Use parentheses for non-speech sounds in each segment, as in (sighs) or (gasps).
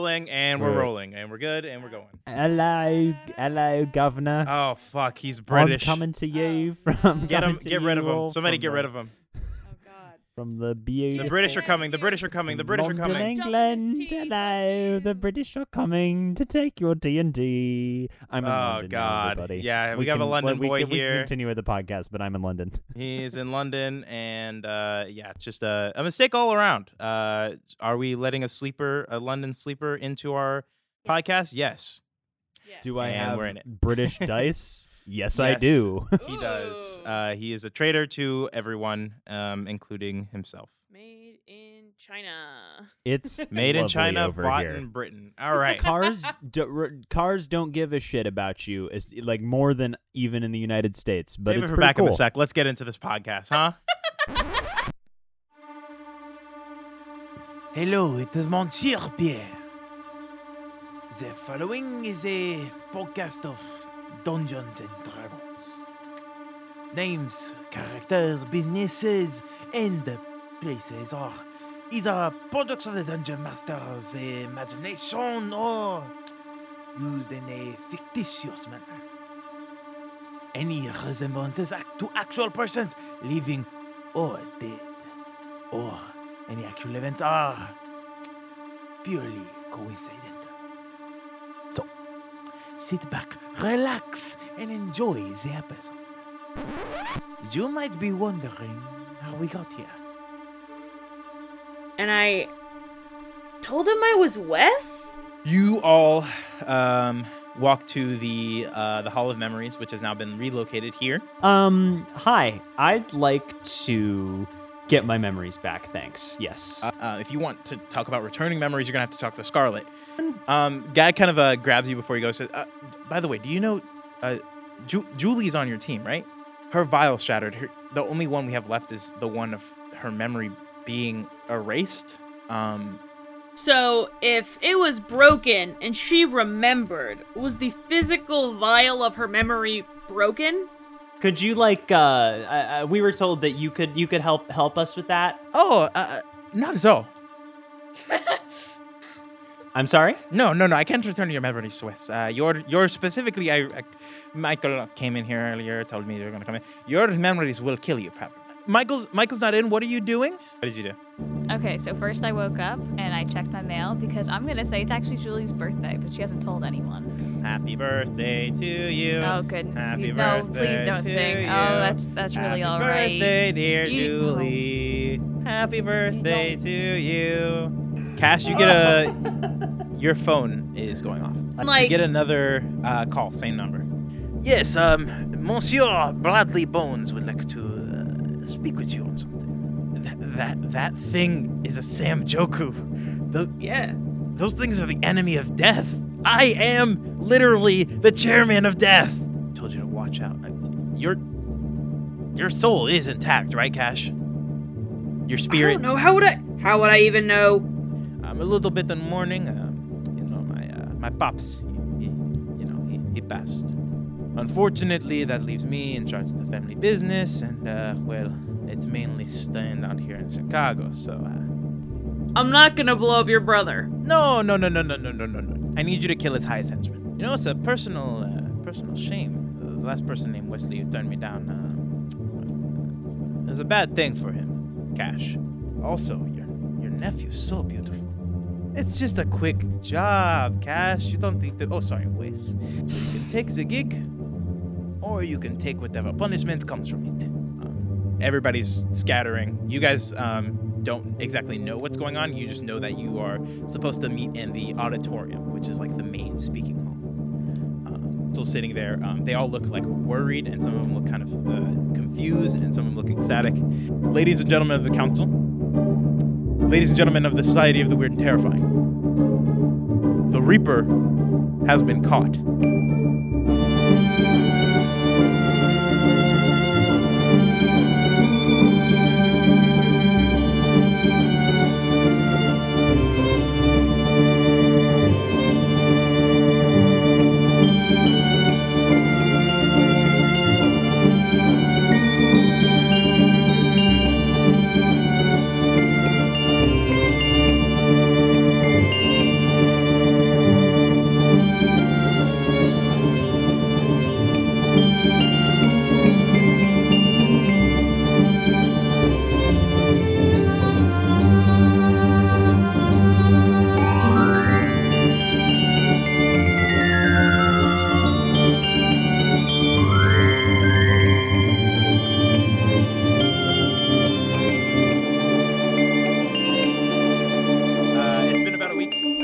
we're Right. rolling and we're good and we're going. Hello, hello, governor. Oh fuck, he's British. I'm coming to you from. Get him. coming to Get rid you of all him. Somebody from get the- rid of him. Oh God. From the The beautiful. British are coming. The British are coming. The British are London, coming. England. WST, fuck Hello, the you. British are coming to take your D and D. I'm in Oh London now, god. everybody. Yeah, we have a can- London we, boy can, We can here. continue with the podcast, but I'm in London. He's in London, and uh, yeah, it's just a, a mistake all around. Uh, are we letting a sleeper, a London sleeper, into our podcast? Yes, Yes. Do I And have we're in it. (laughs) British dice? Yes, I Yes. do. he does. Ooh. Uh, he is a traitor to everyone, um, including himself. Made in China. (laughs) It's Made in lovely China, over bought here. in Britain. All right. cars do, r- cars don't give a shit about you it's like more than even in the united states but Save it it's for pretty back cool. in a sec. Let's get into this podcast, huh? Hello, it is Monsieur Pierre. The following is a podcast of Dungeons and Dragons. Names, characters, businesses, and places are either products of the Dungeon Master's imagination or used in a fictitious manner. Any resemblances act to actual persons living or dead, or Oh, any actual events are purely coincidental. So, sit back, relax, and enjoy the episode. You might be wondering how we got here. And I told him I was Wes. You all um, walk to the uh, the Hall of Memories, which has now been relocated here. um hi i'd like to get my memories back thanks yes Uh, uh, if you want to talk about returning memories, you're gonna have to talk to Scarlet. Um, guy kind of uh, grabs you before he goes. Says, uh, "By the way, do you know uh, Ju- Julie's on your team, right? Her vial shattered. Her, the only one we have left is the one of her memory being erased. Um, So if it was broken and she remembered, was the physical vial of her memory broken? Could you like uh, uh we were told that you could you could help help us with that? oh, uh, not at all. I'm sorry? No, no, no. I can't return your memories, Swiss. Uh, your, your specifically, I, I, Michael came in here earlier, told me you were gonna come in. Your memories will kill you, probably. Michael's, Michael's not in. What are you doing? What did you do? Okay, so first I woke up and I checked my mail because I'm gonna say it's actually Julie's birthday, but she hasn't told anyone. Happy birthday to you. Oh goodness! Happy you, no, birthday please don't to sing. you. Oh, that's that's really Happy all right. birthday, dear You- Julie. Happy birthday to you. Cash, you get a. (laughs) your phone is going off. Like, You get another uh, call, same number. Yes, um, Monsieur Bradley Bones would like to uh, speak with you on something. Th- that that thing is a Sam Joku. yeah. Those things are the enemy of death. I am literally the chairman of death. Told you to watch out. I- Your your soul is intact, right, Cash? Your I spirit. don't know. How would I? How would I even know? I'm a little bit in mourning. Um, you know, my uh, my pops. He, he, you know, he, he passed. Unfortunately, that leaves me in charge of the family business, and uh, well, it's mainly staying out here in Chicago. So. Uh, I'm not gonna blow up your brother. No, no, no, no, no, no, no, no, no. I need you to kill his highest henchman. You know, it's a personal, uh, personal shame. The last person named Wesley who turned me down, uh, it was a bad thing for him. Cash. Also, your your nephew's so beautiful. It's just a quick job, Cash. You don't think that? Oh, sorry, Wes. So you can take the gig, or you can take whatever punishment comes from it. Um, everybody's scattering. You guys um, don't exactly know what's going on. You just know that you are supposed to meet in the auditorium, which is like the main speaking hall. Um, still sitting there. Um, they all look like worried, and some of them look kind of uh, confused, and some of them look ecstatic. Ladies and gentlemen of the council, ladies and gentlemen of the Society of the Weird and Terrifying, the Reaper has been caught.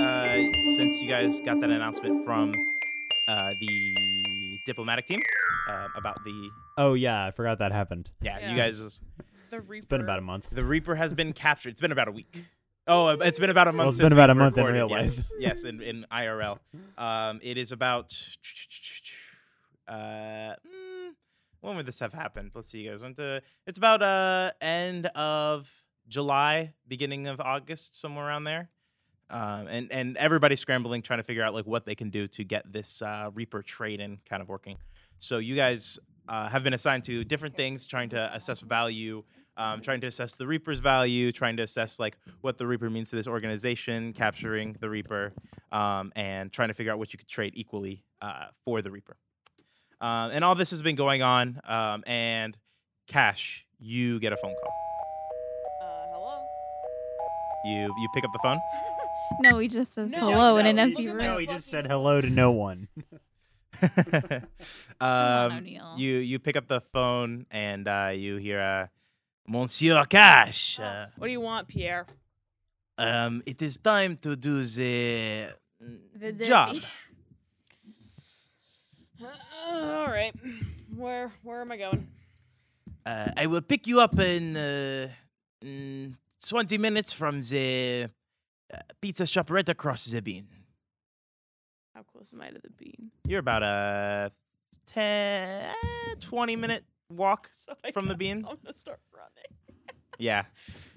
Uh, you guys got that announcement from uh, the diplomatic team uh, about the Oh yeah, I forgot that happened. yeah, Yeah. You guys, The Reaper. It's been about a month. the Reaper has been captured. It's been about a week. Oh, it's been about a month. it's since been about we've a month in recorded, real life. Yes, yes in, in IRL. Um, it is about. Uh, mm, when would this have happened? Let's see, you guys. Went to, it's about uh end of July, beginning of August, somewhere around there. Um, and and everybody's scrambling trying to figure out like what they can do to get this uh, Reaper trade in kind of working. So you guys uh, have been assigned to different things, trying to assess value, um, trying to assess the Reaper's value, trying to assess like what the Reaper means to this organization, capturing the Reaper, um, and trying to figure out what you could trade equally uh, for the Reaper. Um, and all this has been going on. Um, and Cash, you get a phone call. Uh, hello? You you pick up the phone. (laughs) No, he just says No, hello no, in an he- empty no, room. No, he just said hello to no one. on, Um, O'Neill. you you pick up the phone and uh, you hear uh, Monsieur Oh. Cash. Uh, What do you want, Pierre? um, it is time to do the, The job. Uh, all right. Where where am I going? Uh, I will pick you up in, uh, mm, 20 minutes from the uh, pizza shop right across the bean. How close am I to the bean? (laughs) You're about a 10, 20 minute (laughs) walk So I from the gotta- bean. I'm gonna start running. Yeah.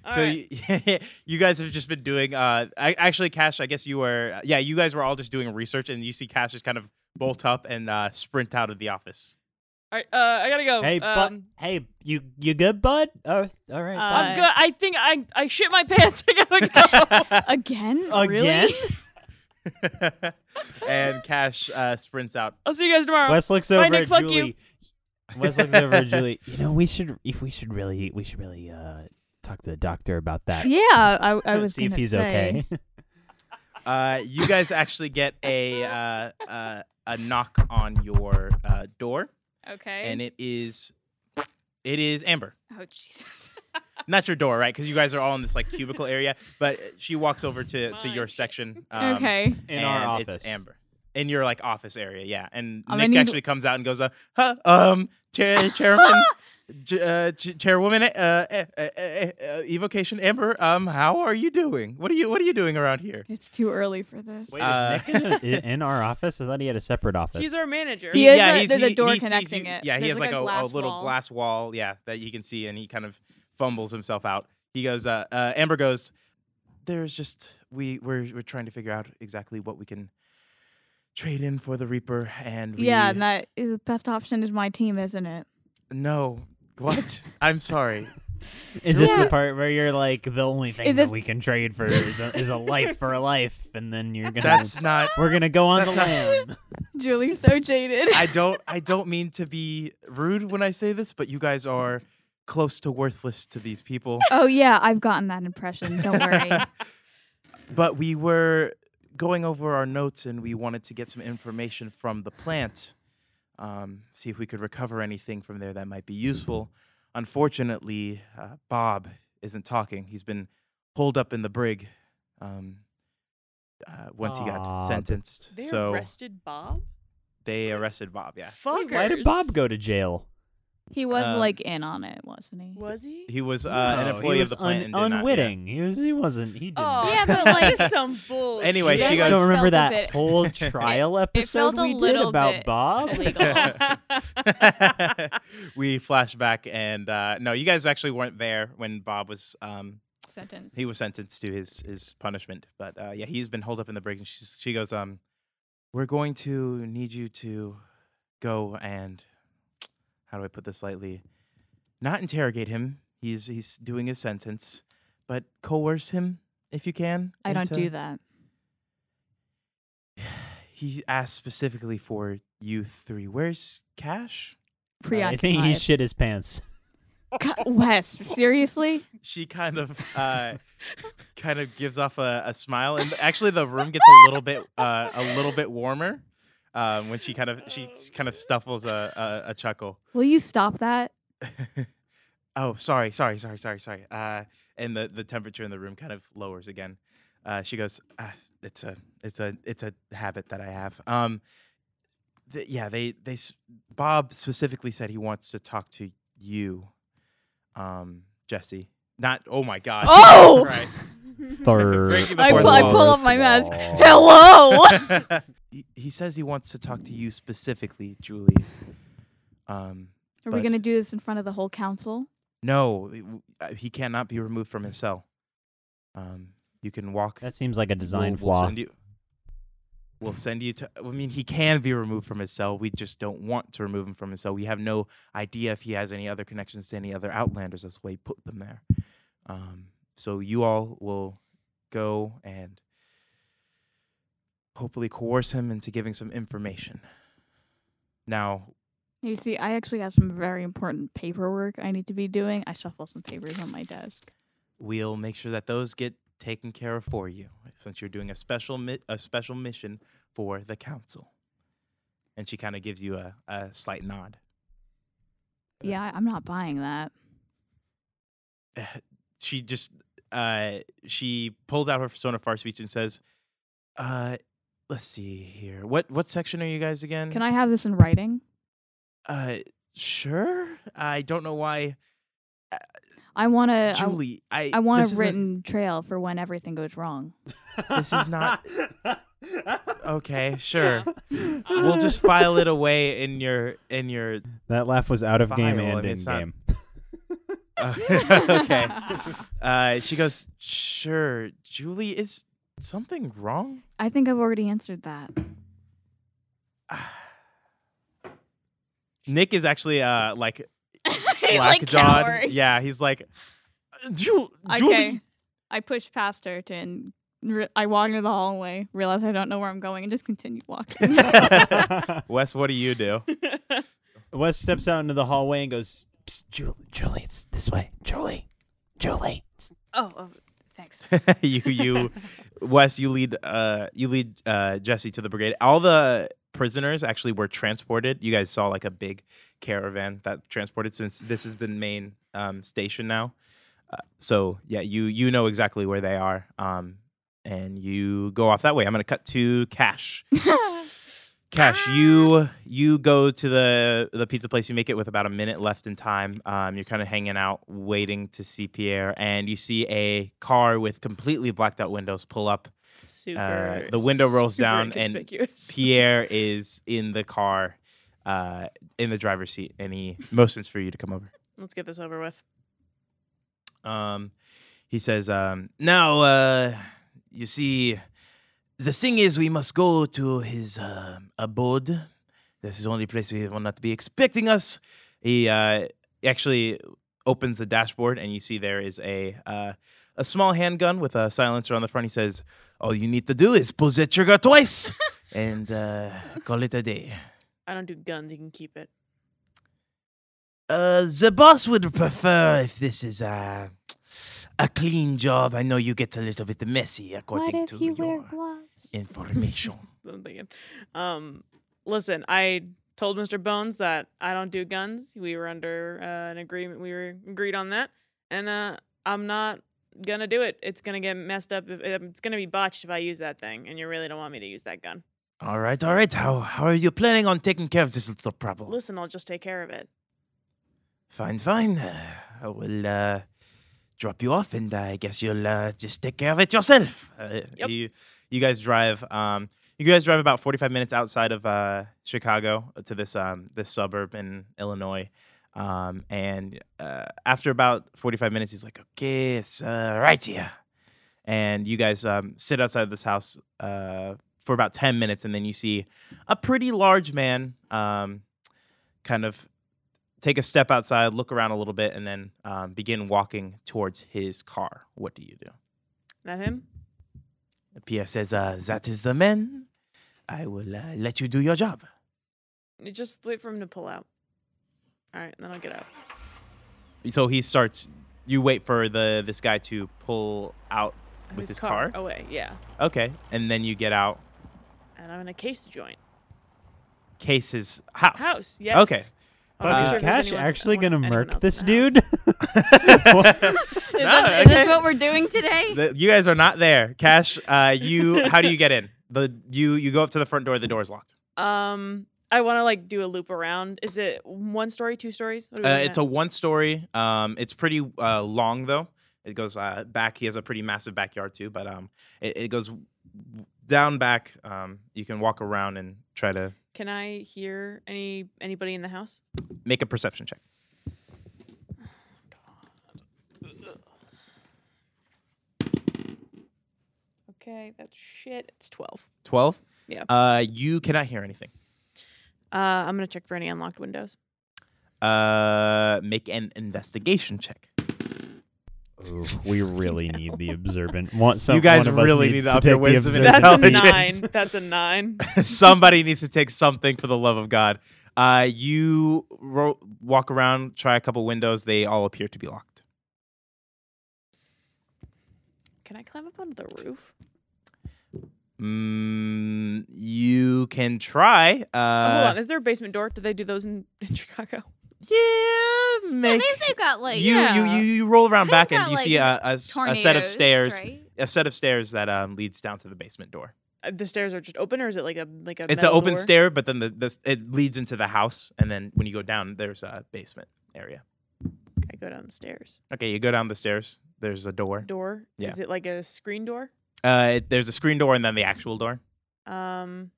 All so right. you, (laughs) you guys have just been doing. Uh, I, actually, Cash, I guess you were. Yeah, you guys were all just doing research, and you see Cash just kind of bolt up and uh, sprint out of the office. (laughs) all right. Uh, I gotta go. Oh, hey, but um, hey, you you good, bud? Oh, all right. Uh, I'm good. I think I I shit my (laughs) pants. I (laughs) gotta go. (laughs) Again? Again? Really? and Cash uh, sprints out. I'll see you guys (laughs) tomorrow. Wes looks Bye, over Nick, at fuck you. Julie. Wes looks over at (laughs) Julie. You know, we should if we should really we should really uh talk to the doctor about that. yeah, I, I was see if gonna he's say. okay. (laughs) Uh, you guys actually get a uh, uh, a knock on your uh, door, Okay. and it is it is Amber. oh, Jesus. (laughs) Not your door, right? Because you guys are all in this like cubicle area. But she walks over to to your Mine. section. Um, okay. In our and office. It's Amber. In your like office area, yeah. And I'm gonna Nick need- actually comes out and goes, uh, huh, um, chair, (laughs) chairman, j- uh, ch- chairwoman, uh, eh, eh, eh, eh, uh, evocation, Amber, um, how are you doing? What are you, what are you doing around here? It's too early for this. Wait, Uh, is Nick in, in our office? I thought he had a separate office. He's our manager. He is yeah, a- he's- there's a he- door he sees connecting you- it. Yeah, he There's has like, a, a glass little wall. glass wall, yeah, that you can see, and he kind of fumbles himself out. He goes, uh, uh, Amber goes, there's just we we're we're trying to figure out exactly what we can trade in for the Reaper, and we, Yeah, and that the best option is my team, isn't it? No. What? I'm sorry. Is this Yeah. the part where you're like the only thing Is that this- we can trade for is a, is a life for a life, and then you're gonna That's not we're gonna go on the that's not- lamb. (laughs) Julie's so jaded. I don't I don't mean to be rude when I say this, but you guys are close to worthless to these people. (laughs) oh yeah, I've gotten that impression. (laughs) Don't worry. But we were going over our notes and we wanted to get some information from the plant. Um, see if we could recover anything from there that might be useful. Unfortunately, uh, Bob isn't talking. He's been holed up in the brig um, uh, once he got Bob. sentenced. They so arrested Bob. they arrested Bob, yeah. Fuckers. Why did Bob go to jail? He was Um, like in on it, wasn't he? Was he? He was uh, an No, employee Oh, he was of the plant. un- and did not- yeah. unwitting. He was. He wasn't. He didn't. Oh, Yeah, (laughs) but, like- this is some bullshit. Anyway, you she guys goes- don't remember Felt a that bit- (laughs) whole trial felt episode a we did little about bit Bob? (laughs) illegal. (laughs) we flash back and uh, no, you guys actually weren't there when Bob was um, Sentence. he was sentenced to his his punishment. But uh, yeah, he's been holed up in the brig, and she's, she goes, um, "We're going to need you to go and how do I put this lightly? Not interrogate him. He's he's doing his sentence, but coerce him if you can. I don't into- do that. He asked specifically for you three. Where's Cash? (laughs) I Preoccupied. think he shit his pants. (laughs) God, Wes, seriously? she kind (laughs) of uh, kind of gives off a, a smile, and actually the room gets a little bit uh, a little bit warmer um, when she kind of she (laughs) kind of stuffles a, a, a chuckle. Will you (laughs) stop that? oh, sorry, sorry, sorry, sorry, sorry. Uh, and the the temperature in the room kind of lowers again. Uh, she goes, uh, it's a it's a it's a habit that I have. Um, th- yeah, they they s- Bob specifically said he wants to talk to you, um, Jesse. Not oh my God. Jesus Oh! Christ. Third. Breaking the I fourth pull, I wall. pull up my mask. Wow. Hello. (laughs) he, he says he wants to talk to you specifically, Julie. Um, Are we But- gonna do this in front of the whole council? no, it w- uh, he cannot be removed from his cell. Um, you can walk. (laughs) That seems like a design we'll, we'll flaw. Send you, we'll send you to. I mean, he can be removed from his cell. We just don't want to remove him from his cell. We have no idea if he has any other connections to any other Outlanders. That's why he put them there. Um, so you all will go and hopefully coerce him into giving some information. Now, You see, I actually have some very important paperwork I need to be doing. I shuffle some papers on my desk. we'll make sure that those get taken care of for you since you're doing a special mi- a special mission for the council and she kind of gives you a, a slight nod Yeah, I- I'm not buying that. she just uh she pulls out her persona far speech and says uh let's see here what what section are you guys again Can I have this in writing? uh sure i don't know why I want to. Uh, I, julie i I want this a isn't- written trail for when everything goes wrong. This is (laughs) not- (laughs) okay sure we'll just file it away in your in your That laugh was out of game File, I mean, and in it's not- game. Uh, (laughs) okay. Uh, she goes, Sure, Julie, is something wrong? (laughs) I think I've already answered that. Nick is actually uh, like (laughs) He's, slack like, jawed. cowering. yeah, he's like, Julie. Julie. Okay. I push past her to, and re- I walk into the hallway, realize I don't know where I'm going, and just continue (laughs) (laughs) walking. Wes, what do you do? (laughs) (laughs) Wes steps out into the hallway and goes, Psst, Julie, Julie, it's this way. Julie, Julie. It's- Oh, oh thanks. you you Wes, you lead uh you lead uh Jesse to the brigade. All the prisoners actually were transported. You guys saw like a big caravan that transported since this is the main um station now. Uh, so yeah, you you know exactly where they are. Um and you go off that way. I'm going to cut to (laughs) Cash. Cash, you Ah. you go to the the pizza place. You make it with about a minute left in time. Um, you're kind of hanging out, waiting to see Pierre, and you see a car with completely blacked out windows pull up. Uh, Super. the window rolls super down and inconspicuous. (laughs) Pierre is in the car, uh, in the driver's seat, and he motions for you to come over. Let's get this over with. Um, he says, um, "Now, uh, you see, the thing is, we must go to his uh, abode. This is the only place he will not be expecting us." He uh, actually opens the dashboard, and you see there is a uh, a small handgun with a silencer on the front. He says, "All you need to do is pull that trigger (laughs) twice, and uh, call it a day." I don't do guns. You can keep it. Uh, the boss would prefer if this is a a clean job. I know you get a little bit messy (laughs) according to your gloves? information. (laughs) I'm thinking. Um, listen, I told Mr. Bones that I don't do guns. We were under uh, an agreement. We were agreed on that, and uh, I'm not gonna do it. It's gonna get messed up. If, um, it's gonna be botched if I use that thing, and you really don't want me to use that gun. all right, all right. How how are you planning on taking care of this little problem? Listen, I'll just take care of it. Fine, fine. Uh, I will uh, drop you off, and I guess you'll uh, just take care of it yourself. Uh, Yep. You you guys drive. Um, you guys drive about forty five minutes outside of uh, Chicago to this um, this suburb in Illinois. Um, and uh, after about forty five minutes, he's like, "Okay, it's uh, right here." And you guys um, sit outside of this house uh, for about ten minutes, and then you see a pretty large man, um, kind of take a step outside, look around a little bit, and then um, begin walking towards his car. What do you do? That him? Pierre says, uh, "That is the man. I will uh, let you do your job." You just wait for him to pull out. All right, and then I'll get out. So he starts. You wait for the this guy to pull out with his, car. away, yeah. Okay, and then you get out. And I'm in a case to join. Case's house. House, yes. Okay. I'm But not is sure if there's Cash anyone- actually anyone- gonna anyone else in murk this the house. (laughs) dude? (laughs) What? Is, Nah, this, is this okay. what we're doing today? The- you guys are not there. Cash, uh, you how do you get in? The you you go up to the front door, the door's locked. Um, I want to like do a loop around. Is it one story, two stories? What are we Uh, looking it's at? a one story. Um, it's pretty uh, long though. It goes uh, back. He has a pretty massive backyard too, but um, it, it goes w- down back. Um, you can walk around and try to Can I hear any anybody in the house? make a perception check. Okay, that's shit. It's twelve. Twelve. Yeah. Uh, you cannot hear anything. Uh, I'm gonna check for any (laughs) unlocked windows. Uh, make an investigation check. Ooh, we really need the observant. Want some, guys one of us really needs need to to up your take the wisdom and observant. That's That's a a Intelligence. nine. nine. That's a (laughs) nine. Somebody needs to take something for the love of God. Uh, you ro- walk around, try a couple windows. They all appear to be locked. Can I climb up onto the roof? Mm, you can try. Oh, hold on. Uh, Is there a basement door? Do they do those in, (laughs) in Chicago? yeah, I make think they've got like you, yeah. you you you roll around They've back and got, you see a, like, a s- a set of Tornadoes, stairs, right? a set of stairs that um, leads down to the basement door. Uh, the stairs are just open, or is it like a like a? It's an metal open door? stair, but then the this it leads into the house, and then when you go down, there's a basement area. I go down the stairs. Okay, you go down the stairs. There's a door. Door. Yeah. Is it like a screen door? Uh, it- there's a screen door and then the actual door. Um,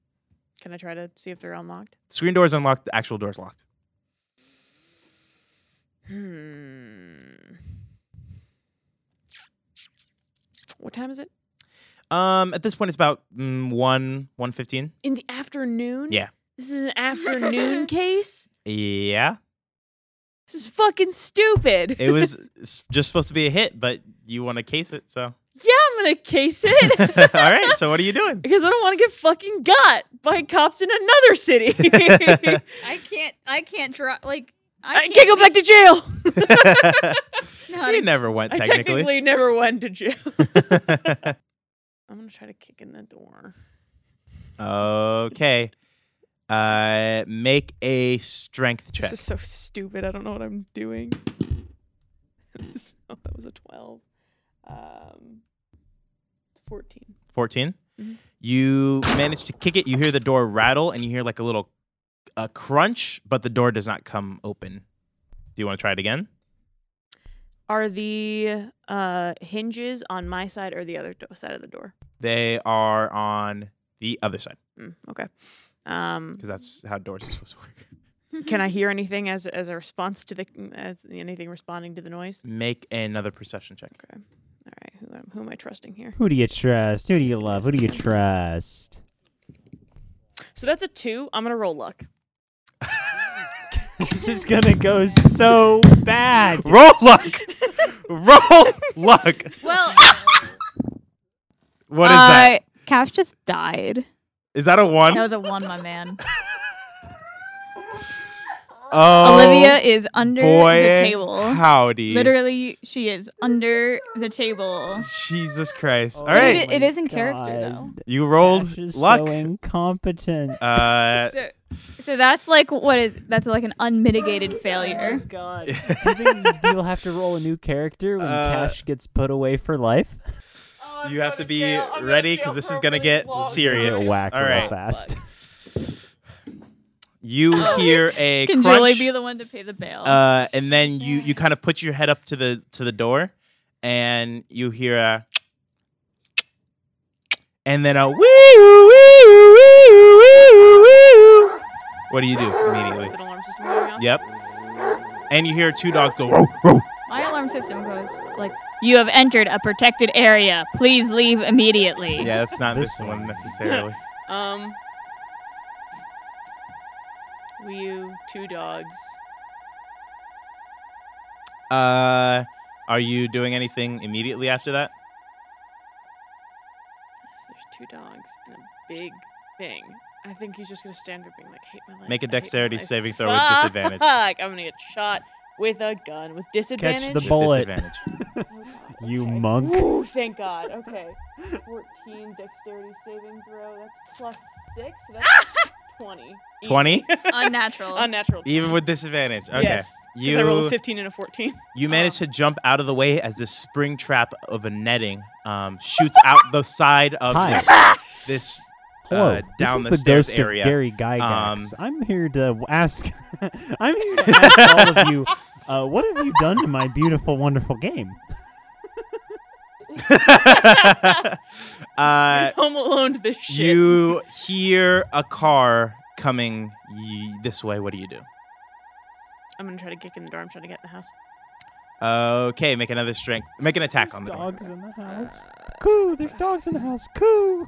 can I try to see if they're unlocked? Screen door is unlocked. The actual door is locked. Hmm. What time is it? Um, at this point, it's about mm, one one fifteen. In the afternoon? Yeah. This is an afternoon case? Yeah, This is fucking stupid. it was s- just supposed to be a hit, but you want to case it, (laughs) so yeah, (laughs) I'm gonna (laughs) case all it. (laughs) right. So what are you doing? Because I don't want to get fucking got by cops in another city. I, I can't. I can't draw. Like I, can't, go back to jail. No, you never went I technically never went to jail. I'm gonna try to kick in the door. okay. Uh, make a strength check. This is so stupid. I don't know what I'm doing. (laughs) so that was a 12. Um, 14. 14 Mhm. You manage to kick it. You hear the door rattle, and you hear like a little a crunch, but the door does not come open. Do you want to try it again? Are the uh, hinges on my side or the other do- side of the door? They are on the other side Mm, okay. Um, because that's how doors are supposed to work. can I hear anything as as a response to the as anything responding to the noise? Make another perception check. Okay. All right. Who am, who am I trusting here? Who do you trust? Who do you love? Who do you trust? (laughs) So that's a two. I'm gonna roll luck. this is gonna go so bad. Roll luck. Roll luck. Well, (laughs) What is Uh, that? Cash just died. Is that a one? That was a one, my man. (laughs) Oh, Olivia is under boy, the table. Howdy. Literally, she is under the table. Jesus Christ. All It is- right. it is in character though. You rolled Cash Oh, is luck. so (laughs) incompetent. Uh, So, so that's like what is that's like an unmitigated failure. God, do you (laughs) think you'll have to roll a new character when Uh, Cash gets put away for life? you have to be ready because this is gonna get serious. Get whacked All real right. Uh, (laughs) fast. You hear a Oh. Can Julie crunch, be the one to pay the bail? uh, and then you you kind of put your head up to the to the door, and you hear a, and then a wee wee wee wee wee. What do you do immediately? Is an alarm system going off? Yep. And you hear two dogs go row row. My alarm system goes like, "You have entered a protected area. Please leave immediately." Yeah, that's not this, This one one. (laughs) necessarily. Um. Will you two dogs? Uh, are you doing anything immediately after that? So there's two dogs and a big thing. I think he's just gonna stand there being like, "Hate my life." Make a I hate my dexterity life." saving throw with Fuck! disadvantage. (laughs) I'm gonna get shot with a gun with the disadvantage. With ball. Bullet. disadvantage. Oh, God, You okay. monk. Ooh, thank God. (laughs) (laughs) Okay. 14 dexterity saving throw. That's plus six. So that's Twenty. E. 20? (laughs) (laughs) Unnatural. (laughs) Unnatural. Even with disadvantage. Okay. Yes. 'cause I rolled a You fifteen and a (laughs) fourteen. you manage to jump out of the way as this spring trap of a netting um, shoots out the side of Hi. this, this Hello, uh, down the this is the stairs Ghost area. of Gary Gygax. Um, I'm here to ask. (laughs) I'm (laughs) here to ask all of you. Uh, what have you done to my beautiful, wonderful game? uh, (laughs) Home Alone this shit. You hear a car coming y- this way. What do you do? I'm gonna try to kick in the door. I'm trying to get in the house. (laughs) Okay, make another strength. Make an attack on the There's door. dogs in the Uh, house. Coo! There's dogs in the house. Coo!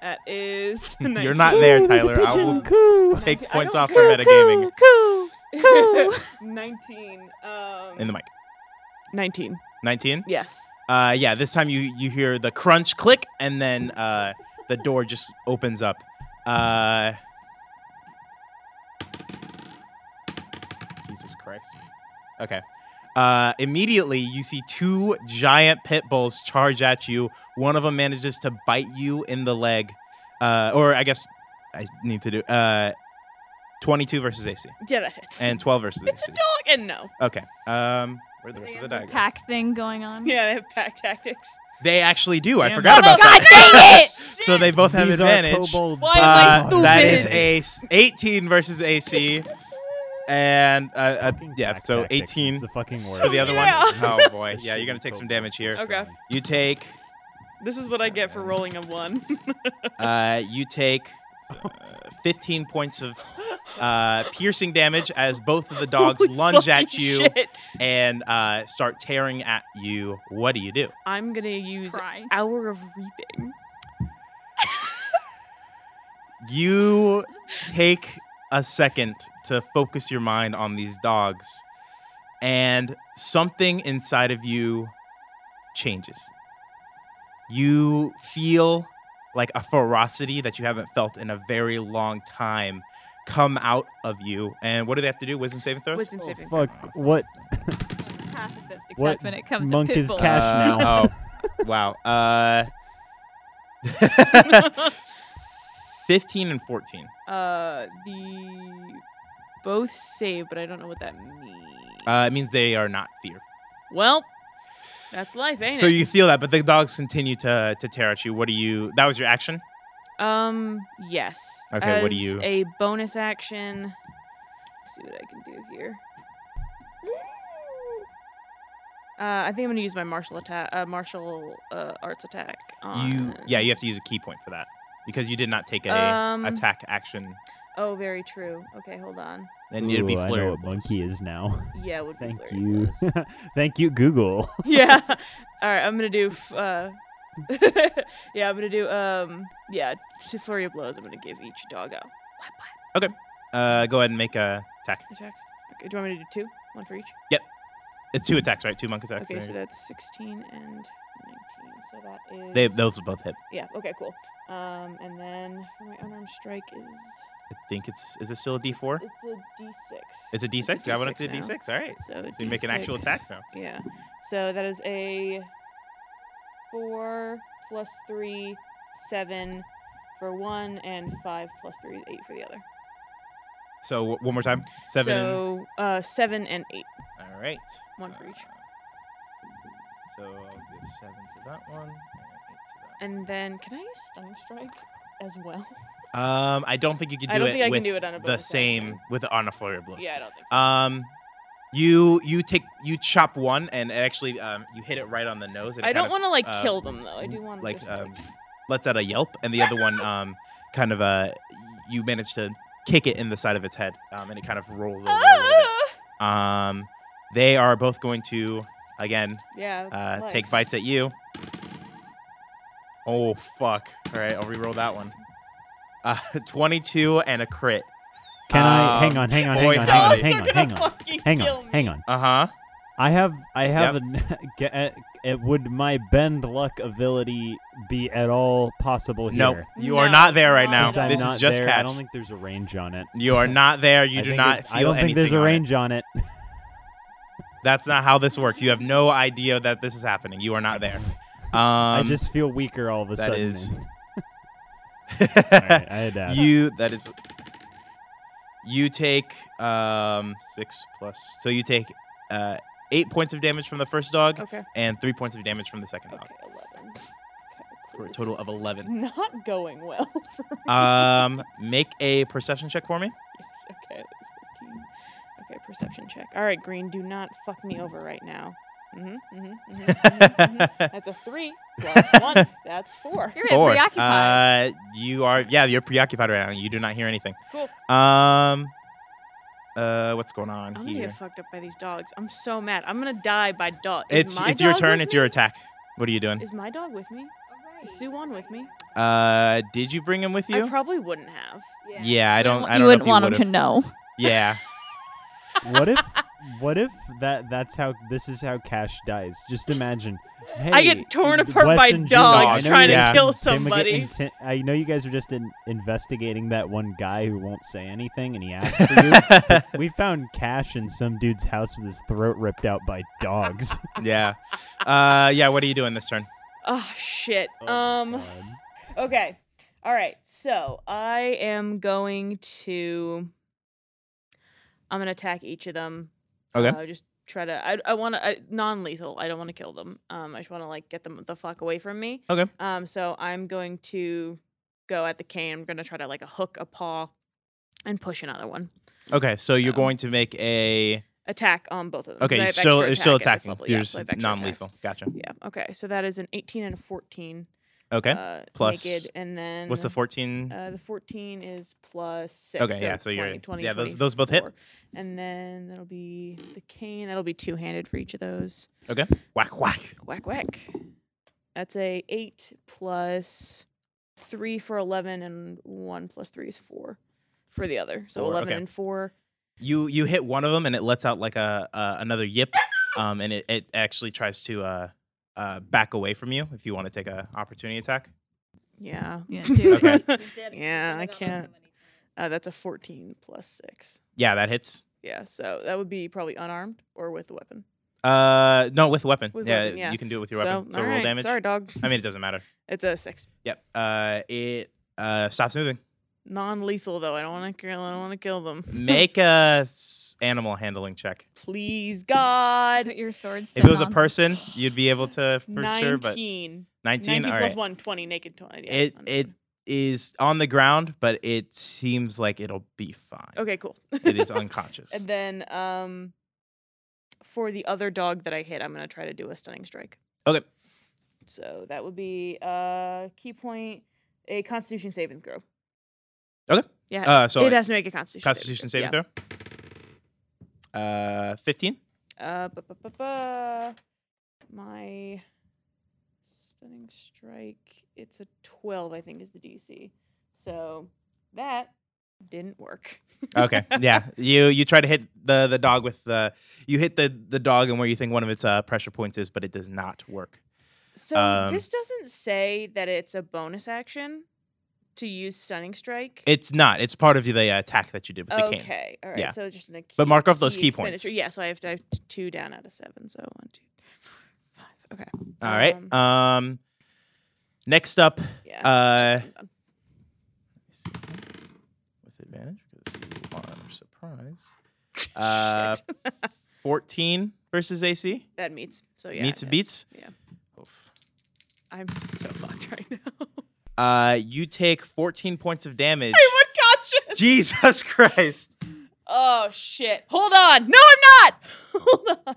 That is. (laughs) You're not there, Ooh, there's a Tyler. I pigeon. will Coo! take I points don't off for metagaming Coo, coo. 19. Um, in the mic. 19. 19? Yes. Uh, yeah, this time you, you hear the crunch click, and then uh, the door just opens up. Uh, Jesus Christ. Okay. Uh, immediately, you see two giant pit bulls charge at you. One of them manages to bite you in the leg. Uh, or, I guess, I need to do uh, 22 versus AC Yeah, that hits. and 12 versus it's AC. a dog and no. Okay. Um, where the rest of the die? go? pack thing going on. Yeah, they have pack tactics. They actually do. I Damn. forgot Oh my about God that. dang (laughs) it! So they both have These Are advantage. kobolds. Why am I Uh, that is stupid? a s- 18 versus AC, and uh, uh, Fucking yeah, black so tactics. It's 18 The fucking worst. for the other one. Yeah. Oh (laughs) boy, yeah, you're gonna take some damage here. Okay. You take, This is what I get for rolling a one. uh, you take. Uh, 15 points of uh, piercing damage as both of the dogs (laughs) Holy lunge at fucking you shit. and uh, start tearing at you. What do you do? I'm gonna use Cry. hour of reaping. You take a second to focus your mind on these dogs, and something inside of you changes. You feel like a ferocity that you haven't felt in a very long time come out of you. And what do they have to do? Wisdom saving throws? Wisdom Oh, saving. throw. fuck. What Pacifist, except What when it comes monk to pit is bulls. cat- Cash now. Uh, (laughs) Oh, wow. (laughs) (laughs) Uh, 15 and 14. Uh, the both save, but I don't know what that means. Uh, it means they are not fear. well, that's life, ain't So it? you feel that, but the dogs continue to to tear at you. What do you? That was your action. Um. Yes. Okay, what do As you- A bonus action. Let's see what I can do here. Uh, I think I'm gonna use my martial attack, uh, martial uh, arts attack. On... You yeah, you have to use a key point for that because you did not take a Um, attack action, Oh, very true. Okay, hold on. and you'd be Ooh, I flurry know of what blows. monkey is now. Yeah, it would (laughs) Thank be flurry of you. blows. (laughs) Thank you, Google. (laughs) yeah. All right, I'm gonna do. F- uh... (laughs) yeah, I'm gonna do. Um. Yeah, t- flurry of blows. I'm gonna give each doggo Uh, go ahead and make a attack. attacks. Okay, do you want me to do two? One for each. It's Uh, two attacks, right? Two monk attacks. Okay, there so you go. that's 16 and 19. So that is. they those will both hit. Yeah, okay, cool. Um, and then for my unarmed strike is. I think it's is it still a D four? It's a d6. It's a D six. I went up to a now. D six. All right. So, So you make an actual attack D6. now. Yeah. So that is a 4 plus 3, 7 for one, and 5 plus 3 is 8 for the other. So w- one more time. Seven. and- So uh, 7 and 8. all right. one for each. Uh, So I'll give seven to that one and eight to that. And then can I use stunning strike as well? Um, I don't think you could do I don't it think I can with do it on a the bonus same action. with on a flurry of blows. (laughs) yeah, I don't think so. Um, you you take you chop one and it actually um you hit it right on the nose. And it I kind don't want to like uh, kill them though. I do want like, to like (laughs) um, lets out a yelp, and the other (laughs) one um kind of uh you manage to kick it in the side of its head, um, and it kind of rolls over. a little bit. Ah! Um, they are both going to again yeah. uh that's life. take bites at you. Oh fuck! All right, I'll reroll that one. Uh, (laughs) 22 and a crit. Can I? Um, Hang on, hang on, hang boy, on, dogs hang on, are hang on, gonna hang on, fucking hang kill on, me. hang on. Uh huh. I have, I have an. (laughs) g- uh, uh, would my bend luck ability be at all possible here? Nope, you are No, not there right not now. Since I'm This not is just there, cash. I don't think there's a range on it. you are not there. You I do think not it- feel I don't think anything there's a on it. range on it. That's not how this works. You have no idea that this is (laughs) happening. You are not there. Um, (laughs) I just feel weaker all of a that sudden. is- and- Alright, (laughs) I had that. you that is you take um six plus so you take uh eight points of damage from the first dog Okay. and three points of damage from the second dog Okay, 11. Okay, for a this total (laughs) is of 11 Not going well (laughs) for me. um make a perception check for me Yes, okay. 15. Okay, perception check. All right, Green, do not fuck me over right now. hmm hmm hmm (laughs) That's a three plus one. That's four. (laughs) You're really Four. preoccupied. Uh, you are yeah, you're preoccupied right now. You do not hear anything. Cool. Um uh what's going on I'm gonna here? get fucked up by these dogs. I'm so mad. I'm gonna die by dog. Is it's my it's your dog turn, with it's me? your attack. What are you doing? Is my dog with me? Is Suwon with me? Uh did you bring him with you? I probably wouldn't have. yeah, I don't I don't you know wouldn't if you want him to would've. know. (laughs) Yeah. (laughs) what (laughs) if what if that that's how this is how Cash dies? Just imagine. Hey, I get torn apart Wes by and Julie, dogs I know trying you to guys kill came to get somebody." inten- I know you guys are just in- investigating that one guy who won't say anything, and he asked for (laughs) you. but we found Cash in some dude's house with his throat ripped out by dogs. yeah. Uh yeah, what are you doing this turn? Oh shit. (laughs) Oh my um. God. Okay. All right. So I am going to. I'm gonna attack each of them. Okay. Uh, just try to. I, I want to non-lethal. I don't want to kill them. Um, I just want to like get them the fuck away from me. Okay. Um, so I'm going to go at the cane. I'm gonna try to like a hook a paw, and push another one. Okay, so you're So- going to make a Attack on both of them. 'cause Okay, I you're have still extra it's still attack at fifth attacking. level, You're yeah, so I have just extra attacks. non-lethal. Gotcha. Yeah. Okay. So that is an 18 and a 14. Okay. Uh, Plus- naked, and then What's the 14? Uh, the 14 is plus 6. okay, yeah, so 20, you're 20, Yeah, those those both hit. 24. And then that'll be the cane. That'll be two handed for each of those. Okay. Whack whack. Whack, whack. That's a 8 plus 3 for 11, and 1 plus 3 is 4 for the other. So Four, 11 okay. and 4. You you hit one of them and it lets out like a uh, another yip, um, and it, it actually tries to uh, uh, back away from you if you want to take a opportunity attack. Yeah. Yeah, (laughs) dude. Okay. (laughs) Yeah, I can't. Uh, that's a 14 plus 6. Yeah, that hits. Yeah, so that would be probably unarmed or with the weapon. Uh, no, with weapon. With yeah, weapon, yeah. you can do it with your so, weapon. So all roll right, damage. Sorry, dog. I mean, it doesn't matter. It's a 6. Yep. Uh, it uh stops (laughs) moving. non-lethal though. I don't want to kill. I don't want to kill them. Make a s- animal handling check. Please, God. Put your swords If it was a down. person, you'd be able to for sure, but Nineteen. 19, Nineteen all plus right. one. Twenty. Naked twenty. yeah, It I'm it fine. is on the ground, but it seems like it'll be fine. Okay, cool. It (laughs) is unconscious. and then um, for the other dog that I hit, I'm gonna try to do a stunning strike. Okay. So that would be uh key point, a Constitution saving throw. Okay. Yeah. Uh, so it has to make a Constitution. Constitution saving yeah. throw. Uh, fifteen. Uh, ba ba ba ba. My stunning strike. It's a twelve, I think, is the DC. So that didn't work. (laughs) Okay, yeah. You you try to hit the the dog with the you hit the the dog and where you think one of its uh, pressure points is, but it does not work. So Um, this doesn't say that it's a bonus action to use stunning strike. It's not. It's part of the uh, attack that you did with the cane. okay. All right. Yeah. So it's just an. But mark off those key expenditure. points. Yeah. So I have to I have t- two down out of seven. So one, two, three, four, five. Okay. All right. Um. Next up, Yeah. uh, that's- I'm done. with advantage because you are surprised. (laughs) Uh, fourteen versus AC. that meets. So yeah. meets it is. beats. Yeah. Oof. I'm so (laughs) fucked right now. Oh Uh, you take fourteen points of damage. I'm unconscious. Jesus (laughs) Christ. Oh shit. Hold on. No, I'm not. (laughs) Hold on.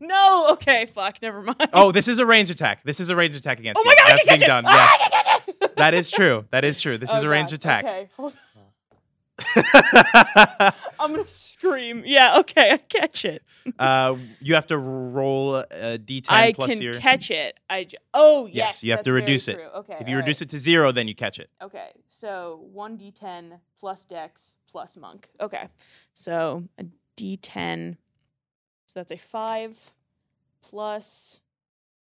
No. Okay. Fuck. Never mind. Oh, this is a range attack. This is a range attack against Oh you. my God, I That's can being catch it. done. Ah, Yes. (laughs) I can catch it. That is true. That is true. This is Oh, a ranged God. attack. Okay. Hold on. I'm gonna scream. Yeah. Okay. I catch it. (laughs) uh, you have to roll a d10 I plus can your. catch it. I. J- oh yes. Yes, you have that's to very reduce it. true. Okay. if you reduce it to zero, then you catch it. it. Okay. So one d10 plus Dex plus Monk. Okay. So a d10. So that's a five plus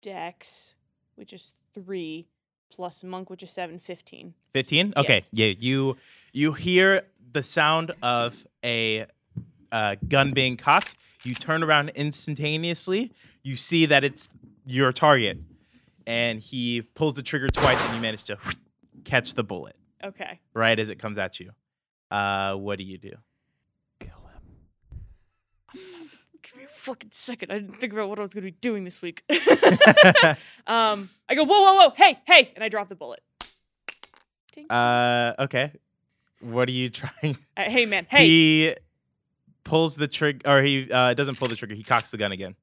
Dex, which is three, plus Monk, which is seven, fifteen. 15? Okay. Yes. Yeah. You you hear the sound of a uh, gun being cocked. You turn around instantaneously. You see that it's your target. And he pulls the trigger twice, and you manage to catch the bullet Okay. right as it comes at you. Uh, what do you do? (laughs) Kill him. Give me a fucking second. I didn't think about what I was gonna be doing this week. (laughs) um, I go, whoa, whoa, whoa, hey, hey, and I drop the bullet. Tink. Uh, okay. What are you trying? (laughs) Uh, hey, man, hey, He pulls the trigger, or he uh, doesn't pull the trigger. He cocks the gun again.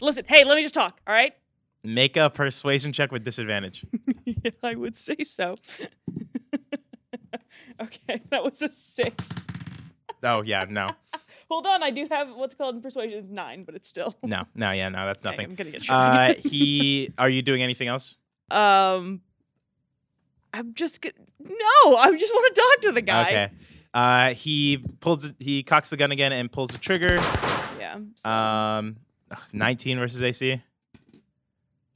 listen, hey, let me just talk, all right? Make a persuasion check with (laughs) disadvantage. yeah, I would say so. (laughs) okay, that was a six. oh yeah, no, Hold on, I do have what's called in persuasion it's nine, but (laughs) it's still no, no, yeah, no. That's Dang, nothing. I'm gonna get shot. Uh, (laughs) he. Are you doing anything else? Um, I'm just gonna, no. I just want to talk to the guy. Okay. Uh, he pulls. He cocks the gun again and pulls the trigger. Yeah. so- Um, 19 versus AC.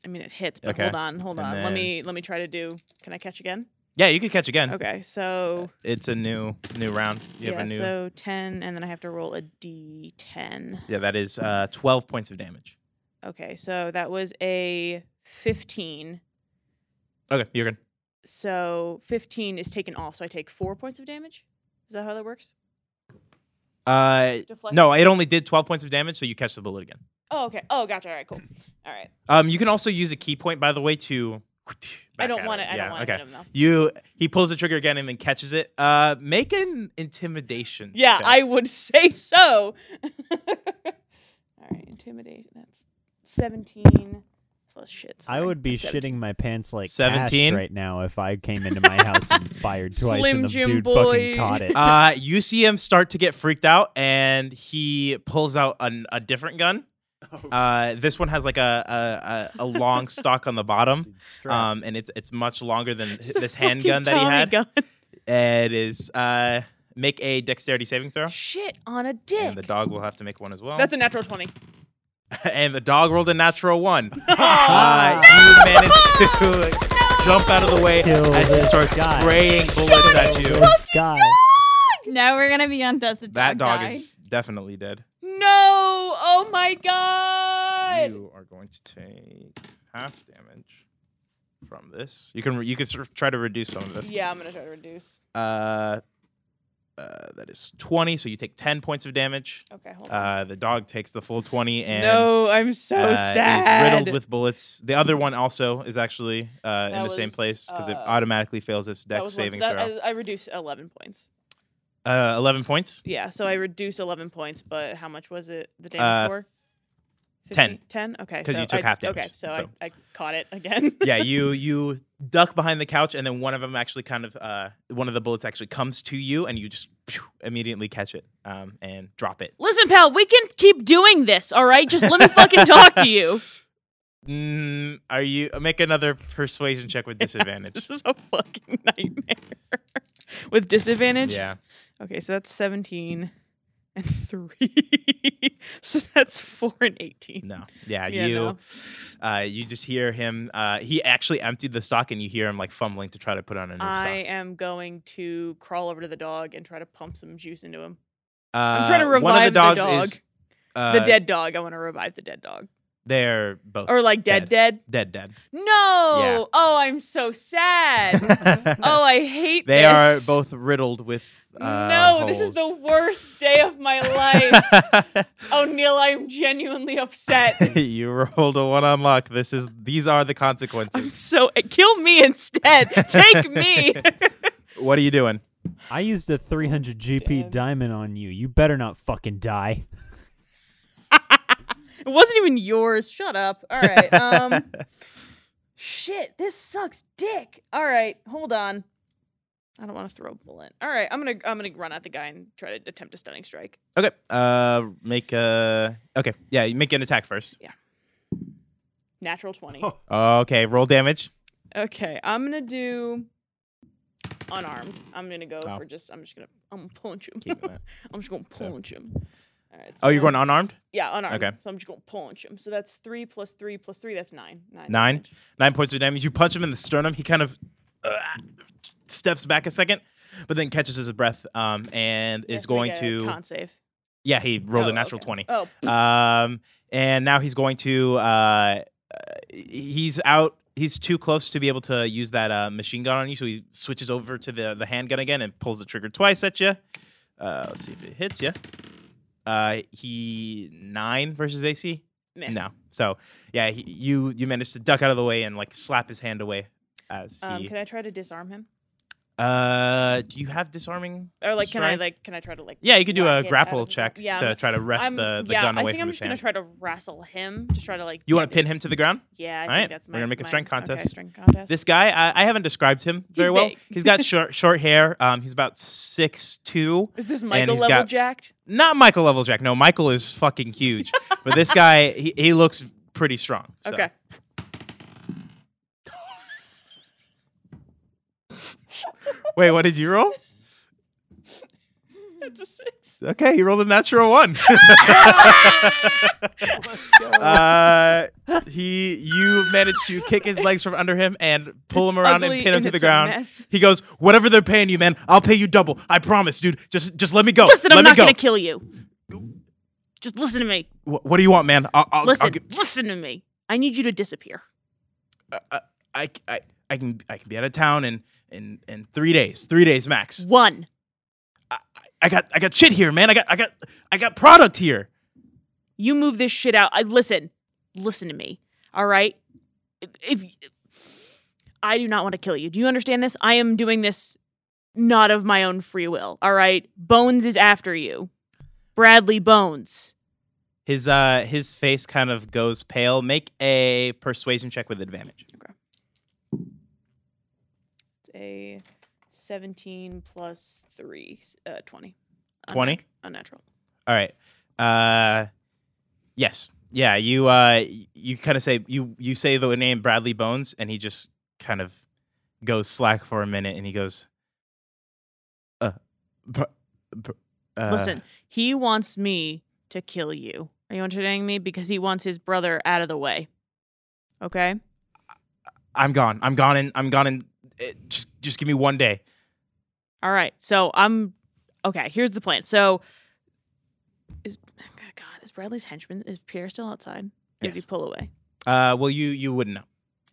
I mean, it hits, but okay. hold on, hold And on. Let then- me let me try to do. Can I catch again? Yeah, you could catch again. Okay, so It's a new new round. Uh, You yeah, have a new. so ten, and then I have to roll a d10. Yeah, that is uh, 12 points of damage. Okay, so that was a fifteen. Okay, you're good. So 15 is taken off, so I take four points of damage. Is that how that works? Uh, Deflect. no, it only did 12 points of damage, so you catch the bullet again. Oh, okay. Oh, gotcha. All (clears throat) right, cool. All right. Um, you can also use a key point, by the way, to. I back don't at want it. him. I yeah, don't want okay. to hit him though. You he pulls the trigger again and then catches it. Uh, make an intimidation. Yeah, check. I would (laughs) say so. (laughs) All right, intimidation. That's 17 plus shit. I sorry. would be That's 17. shitting my pants like 17? Ash right now if I came into my house and fired twice Slim and the Jim dude boy. fucking caught it. (laughs) uh, you see him start to get freaked out, and he pulls out an, a different gun. Uh, this one has like a a, a, a long stock on the bottom, um, and it's it's much longer than It's h- a this fucking handgun that he Tommy had. gun. (laughs) It is uh, make a dexterity saving throw, Shit on a and dick. the dog will have to make one as well. That's a natural (gasps) 20. (laughs) and the dog rolled a natural (laughs) one. Oh, uh, You managed to (laughs) jump out of the way Kill as he this starts guy. spraying bullets at you. This guy. Now we're gonna be on Does the Dog That dog Die? is definitely dead. No! Oh my god! You are going to take half damage from this. You can re- you can sort of try to reduce some of this. Yeah, I'm gonna try to reduce. Uh, uh, that is twenty, so you take ten points of damage. Okay, hold on. Uh, the dog takes the full twenty and no, I'm so uh, sad. is riddled with bullets. The other one also is actually uh, in That the same was, place because it uh, automatically fails its That dex was once- saving that- throw. I, I reduced 11 points. uh, Eleven points. Yeah, so I reduced 11 points, but how much was it the Uh, damage for? 10. 15? 10? Okay. 'Cause so you took I- half damage, Okay, so, so- I, I caught it again. (laughs) yeah, you you duck behind the couch, and then one of them actually kind of uh, one of the bullets actually comes to you, and you just phew, immediately catch it um, and drop it. (laughs) Listen, pal, we can keep doing this, all right? Just let me fucking talk to (laughs) you. Mm, are you make another persuasion check with disadvantage? (laughs) This is a fucking nightmare. With disadvantage? yeah, Okay, so that's 17 and 3. (laughs) so that's 4 and 18. no, yeah, Yeah, you uh, you just hear him. Uh, he actually emptied the stock, and you hear him like fumbling to try to put on a new I stock. am going to crawl over to the dog and try to pump some juice into him. Uh, I'm trying to one of revive the the dogs dog. is uh, the dead dog. I want to revive the dead dog. They're both Or like dead, dead. dead, dead. No. Yeah. Oh, I'm (laughs) so sad. oh, I hate they are this. both riddled with. Uh, no, this is the holes. worst day of my (laughs) life. (laughs) oh, Neil, I'm genuinely upset. you rolled a one on luck. This is these are the I'm consequences. so eh, kill me instead. (laughs) Take me. What are you doing? I used a 300 GP Dead. diamond on you. You better not fucking die. It wasn't even yours. Shut up. All (laughs) right. Um shit, this sucks dick. All right, hold on. I don't want to throw a bullet. All right, I'm going to I'm going to run at the guy and try to attempt a stunning strike. Okay. Uh make a Okay. Yeah, you make an attack first. Natural 20. Okay, roll damage. Okay, I'm going to do unarmed. I'm going to go Oh. for just I'm just going to I'm going to punch him. (laughs) Keep doing that. I'm just going to So- punch him. All right, Oh, you're going that's- unarmed? Yeah, unarmed. Okay. So I'm just going to punch him. So that's 3 plus 3 plus 3, that's 9. 9. Nine? damage. Nine points of damage. You punch him in the sternum. He kind of uh, steps back a second, but then catches his breath um, and is Yes, make going a to. con save. yeah, he rolled Oh, a natural okay. 20. Oh, Um, and now he's going to. Uh, uh, he's out he's too close to be able to use that uh, machine gun on you, so he switches over to the the handgun again and pulls the trigger twice at you. Uh, let's see if it hits you. Uh, he nine versus AC. Miss. No, so yeah, he, you you manage to duck out of the way and like slap his hand away as he. Um, can I try to disarm him? uh, do you have disarming? Or like, can I Strike? like, can I try to like? Yeah, you could do whack a it out grapple of his- check Yeah, to I'm- try to wrest I'm- the, the yeah, gun away I think from I'm his just gonna hand. try to wrestle him. Just try to like. You want get to pin him to the ground? Yeah, I think Alright, that's we're my. gonna make a my- strength contest. Okay, strength contest. This guy, I, I haven't described him very well. big. He's got short short hair. Um, he's about six two. is this Michael he's level got- jacked? Not Michael Level Jack. No, Michael is fucking huge. but this guy, he, he looks pretty strong. so. (laughs) Okay. Wait, what did you roll? That's a six. Okay, he rolled a natural one. (laughs) uh, he, you managed to kick his legs from under him and pull It's him around and ugly pin him to the it's a ground. mess. He goes, "Whatever they're paying you, man, I'll pay you double. I promise, dude. Just, just let me go. Listen, let I'm me not go. gonna kill you. Just listen to me. Wh- what do you want, man? I'll, I'll, Listen, I'll gi- listen to me. I need you to disappear. I, I, I can, I can be out of town in, in, in three days. Three days max. One. I got, I got shit here, man. I got, I got, I got product here. You move this shit out. I listen. Listen to me. All right? If I do not want to kill you. Do you understand this? I am doing this not of my own free will. All right? Bones is after you. Bradley Bones. His, uh, his face kind of goes pale. Make a persuasion check with advantage. It's a seventeen plus three, s- uh, twenty. Unnat- 20? Unnatural. All right. Uh, yes. Yeah. You. Uh, y- you kind of say you. You say the name Bradley Bones, and he just kind of goes slack for a minute, and he goes, "Uh, br- br- uh, Listen, he wants me to kill you. Are you entertaining me? Because he wants his brother out of the way. Okay. I'm gone. I'm gone. And I'm gone. And just, just give me one day. All right. So I'm okay. Here's the plan. So is God is Bradley's henchman is Pierre still outside? Or did he Yes. pull away? Uh, well, you, you wouldn't know.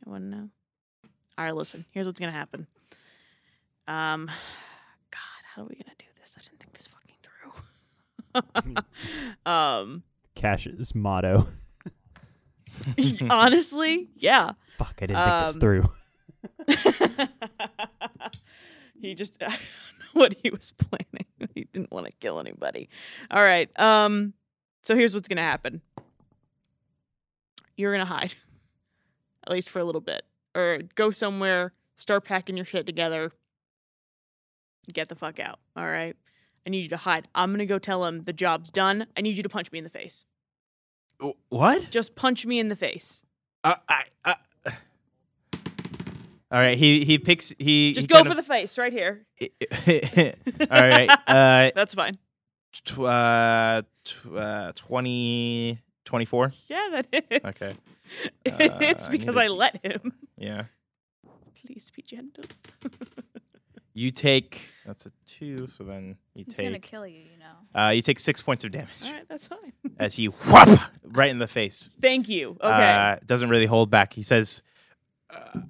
I want to know. All right. Listen. Here's what's gonna happen. Um, (sighs) God, how are we gonna do this? I didn't think this fucking through. (laughs) um, Cash's motto. (laughs) Um, (laughs) (laughs) honestly, yeah. Fuck, I didn't think Um, this through. (laughs) he just I don't know what he was planning. He didn't want to kill anybody. All right. Um so here's what's going to happen. You're gonna hide, (laughs) at least for a little bit, or go somewhere. Start packing your shit together. Get the fuck out. All right. I need you to hide. I'm gonna go tell him the job's done. I need you to punch me in the face. Wh- What? Just punch me in the face. Uh, I, uh, (sighs) all right. He, he picks. He Just he go kind for the face right here. of- (laughs) all right. Uh, (laughs) That's fine. tw- uh, tw- uh, 20, 24. (laughs) Yeah, that is. Okay. (laughs) it's Uh, I need because to- I let him. (laughs) Yeah. Please be gentle. You take that's a two, so then you He's gonna take kill you, you know. uh, you take six points of damage All right, that's fine. (laughs) as he whop right in the face. Thank you. Okay. Uh, doesn't really hold back. He says, uh, uh, "All Does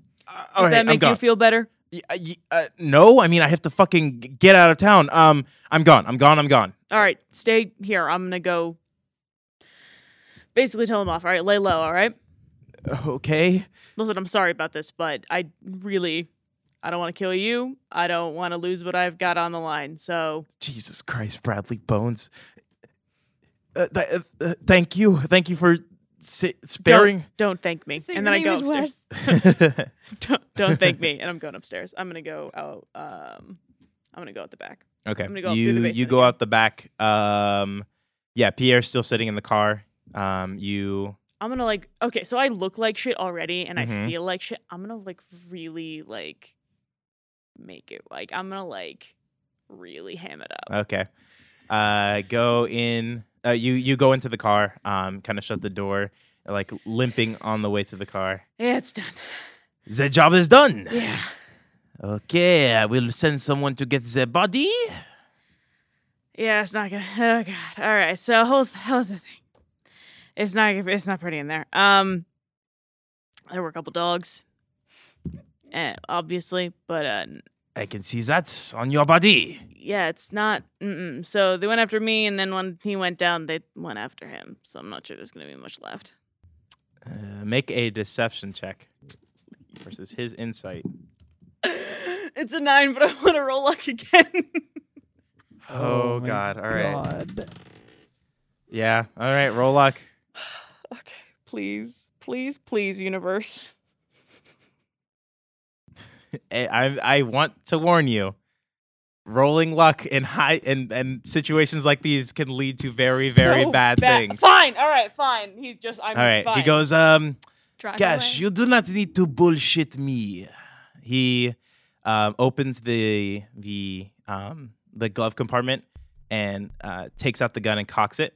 right, that I'm make you gone." feel better? Y- uh, y- uh, no, I mean I have to fucking g- get out of town. Um, I'm gone. I'm gone. I'm gone. All right, stay here. I'm gonna go. Basically, tell him off. All right, lay low. All right. Okay. Listen, I'm sorry about this, but I really, I don't want to kill you. I don't want to lose what I've got on the line. So Jesus Christ, Bradley Bones. Uh, th- uh, uh, thank you. Thank you for si- sparing. don't thank me. So and then your I name go is upstairs. (laughs) Wes. Don't, don't thank me. And I'm going upstairs. I'm gonna go out. Um, I'm gonna go out the back. (laughs) Okay. gonna go up through the you you basement go out the back. Um, yeah, Pierre's still sitting in the car. Um, you I'm gonna like okay, so I look like shit already and I Mhm. feel like shit. I'm gonna like really like make it like I'm gonna like really ham it up. okay? Uh, go in. Uh, you you go into the car. Um, kind of shut the door, like limping on the way to the car. Yeah, it's done. The job is done. Yeah. Okay, I will send someone to get the body. (sighs) Yeah, it's not gonna oh god. All right, so how's how's the thing? It's not it's not pretty in there. Um there were a couple dogs. eh, obviously, but uh, n- I can see that on your body. yeah, it's not. Mm-mm. So they went after me, and then when he went down, they went after him. So I'm not sure there's gonna be much left. Uh, make a deception check versus his insight. it's a nine, but I want to roll luck again. (laughs) Oh, God. All right. Yeah. All right. Roll luck. okay, please, please, please, universe. I, Eh, I I want to warn you. Rolling luck in high and and situations like these can lead to very very So bad ba- things. Fine, all right, fine. He's just I'm All right. fine. He goes um Drive Cash, away. you do not need to bullshit me. He um, opens the the um, the glove compartment and uh, takes out the gun and cocks it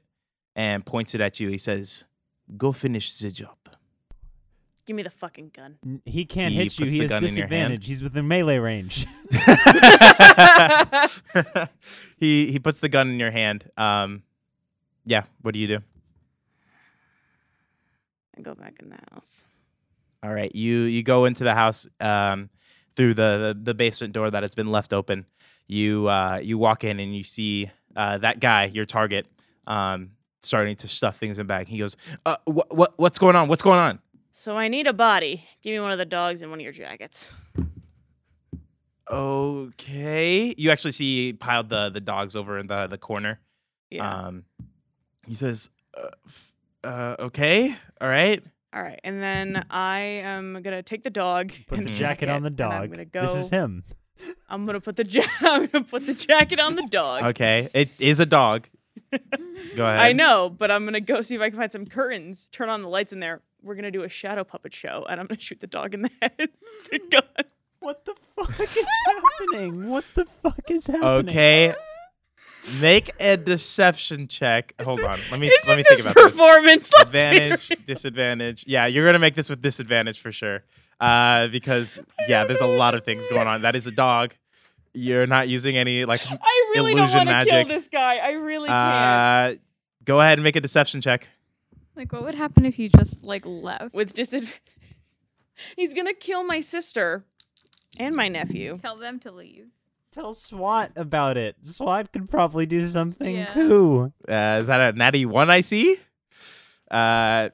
and points it at you. He says, "Go finish the job." (laughs) Give me the fucking gun. N- He can't He hit you. puts He the has gun in your hand. disadvantage. He's within melee (laughs) range. he he puts the gun in your hand. Um, yeah. What do you do? I go back in the house. All right, you you go into the house um, through the, the the basement door that has been left open. You uh, you walk in and you see uh, that guy, your target, um, starting to stuff things in bag. He goes, uh, "What what what's going on? What's going on?" So I need a body. Give me one of the dogs and one of your jackets. Okay, you actually see he piled the the dogs over in the the corner. Yeah. Um, he says, uh, f- uh, "Okay, all right." all right, and then I am gonna take the dog. Put (laughs) Mhm. and the jacket on the and I'm dog. gonna go. This is him. I'm gonna put the (laughs) ja- I'm gonna put the jacket on the dog. Okay, it is a (laughs) dog. go ahead. I know, but I'm gonna go see if I can find some curtains. Turn on the lights in there. We're gonna do a shadow puppet show, and I'm gonna shoot the dog in the (laughs) head. Good God. What the fuck (laughs) is happening? What the fuck is happening? Okay. Make a deception check. Hold on. Let me let me think This about this. performance. Let's be Advantage, disadvantage. Yeah, you're gonna make this with disadvantage for sure. Uh, because yeah, there's a lot of things going on. That is a dog. You're not using any like. (laughs) I really Illusion don't want to kill magic. this guy. I really can't. Uh, go ahead and make a deception check. Like, what would happen if you just like left? With disadvantage, (laughs) he's gonna kill my sister and my nephew. Tell them to leave. Tell SWAT about it. SWAT could probably do something Yeah. cool. Uh, is that a natty one I see? Uh,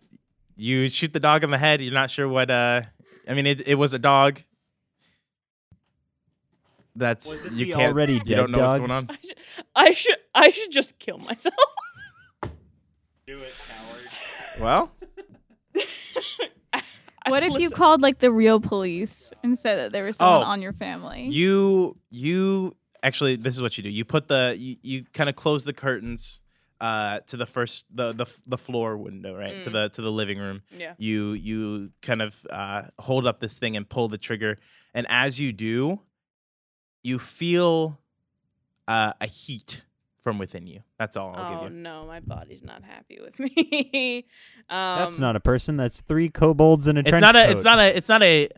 you shoot the dog in the head. You're not sure what. Uh, I mean, it, it was a dog. That's Was it you the can't. already you don't dead know what's dog? going on. I should I should just kill myself. (laughs) Well, (laughs) What if you Listen. called like the real police and said that there was someone Oh, on your family? you you actually this is what you do. You put the you, you kind of close the curtains uh to the first the the, the floor window, right? To Mm. the to the living room. Yeah. You you kind of uh hold up this thing and pull the trigger and as you do, you feel uh, a heat from within you. That's all I'll Oh give you. no, my body's not happy with me. (laughs) um, That's not a person. That's three kobolds in a It's trench not a coat. it's not a it's not a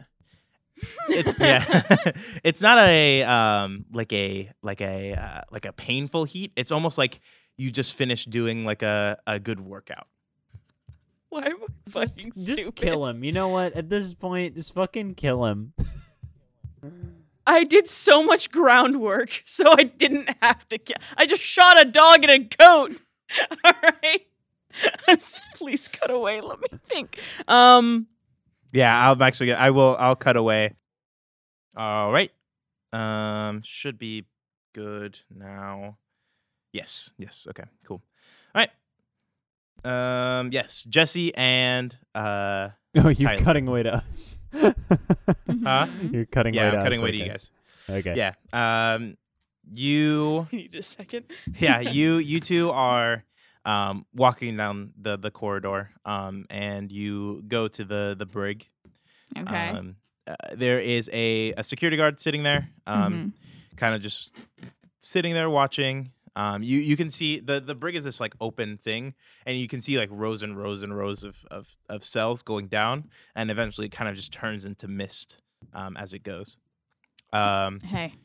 it's yeah (laughs) it's not a um like a like a uh, like a painful heat it's almost like you just finished doing like a, a good workout Why am I fucking Just stupid? kill him. You know what? At this point, just fucking kill him. I did so much groundwork, (laughs) so I didn't have to kill. I just shot a dog in a coat. (laughs) All right. (laughs) I'm s- Please cut away. Let me think. Um. (laughs) yeah i'm actually gonna, i will i'll cut away all right um should be good now yes yes okay cool all right um yes jesse and uh (laughs) No, you're Tyler. cutting away to (laughs) us. huh? You're cutting yeah away to i'm us. cutting away to you okay. guys Okay. yeah um you I need a second. yeah, you you two are um, walking down the the corridor, um, and you go to the the brig. okay. Um, uh, there is a, a security guard sitting there, um, kind of just sitting there watching. Um, you you can see the the brig is this like open thing, and you can see like rows and rows and rows of of, of cells going down, and eventually it kind of just turns into mist um, as it goes. Um, hey.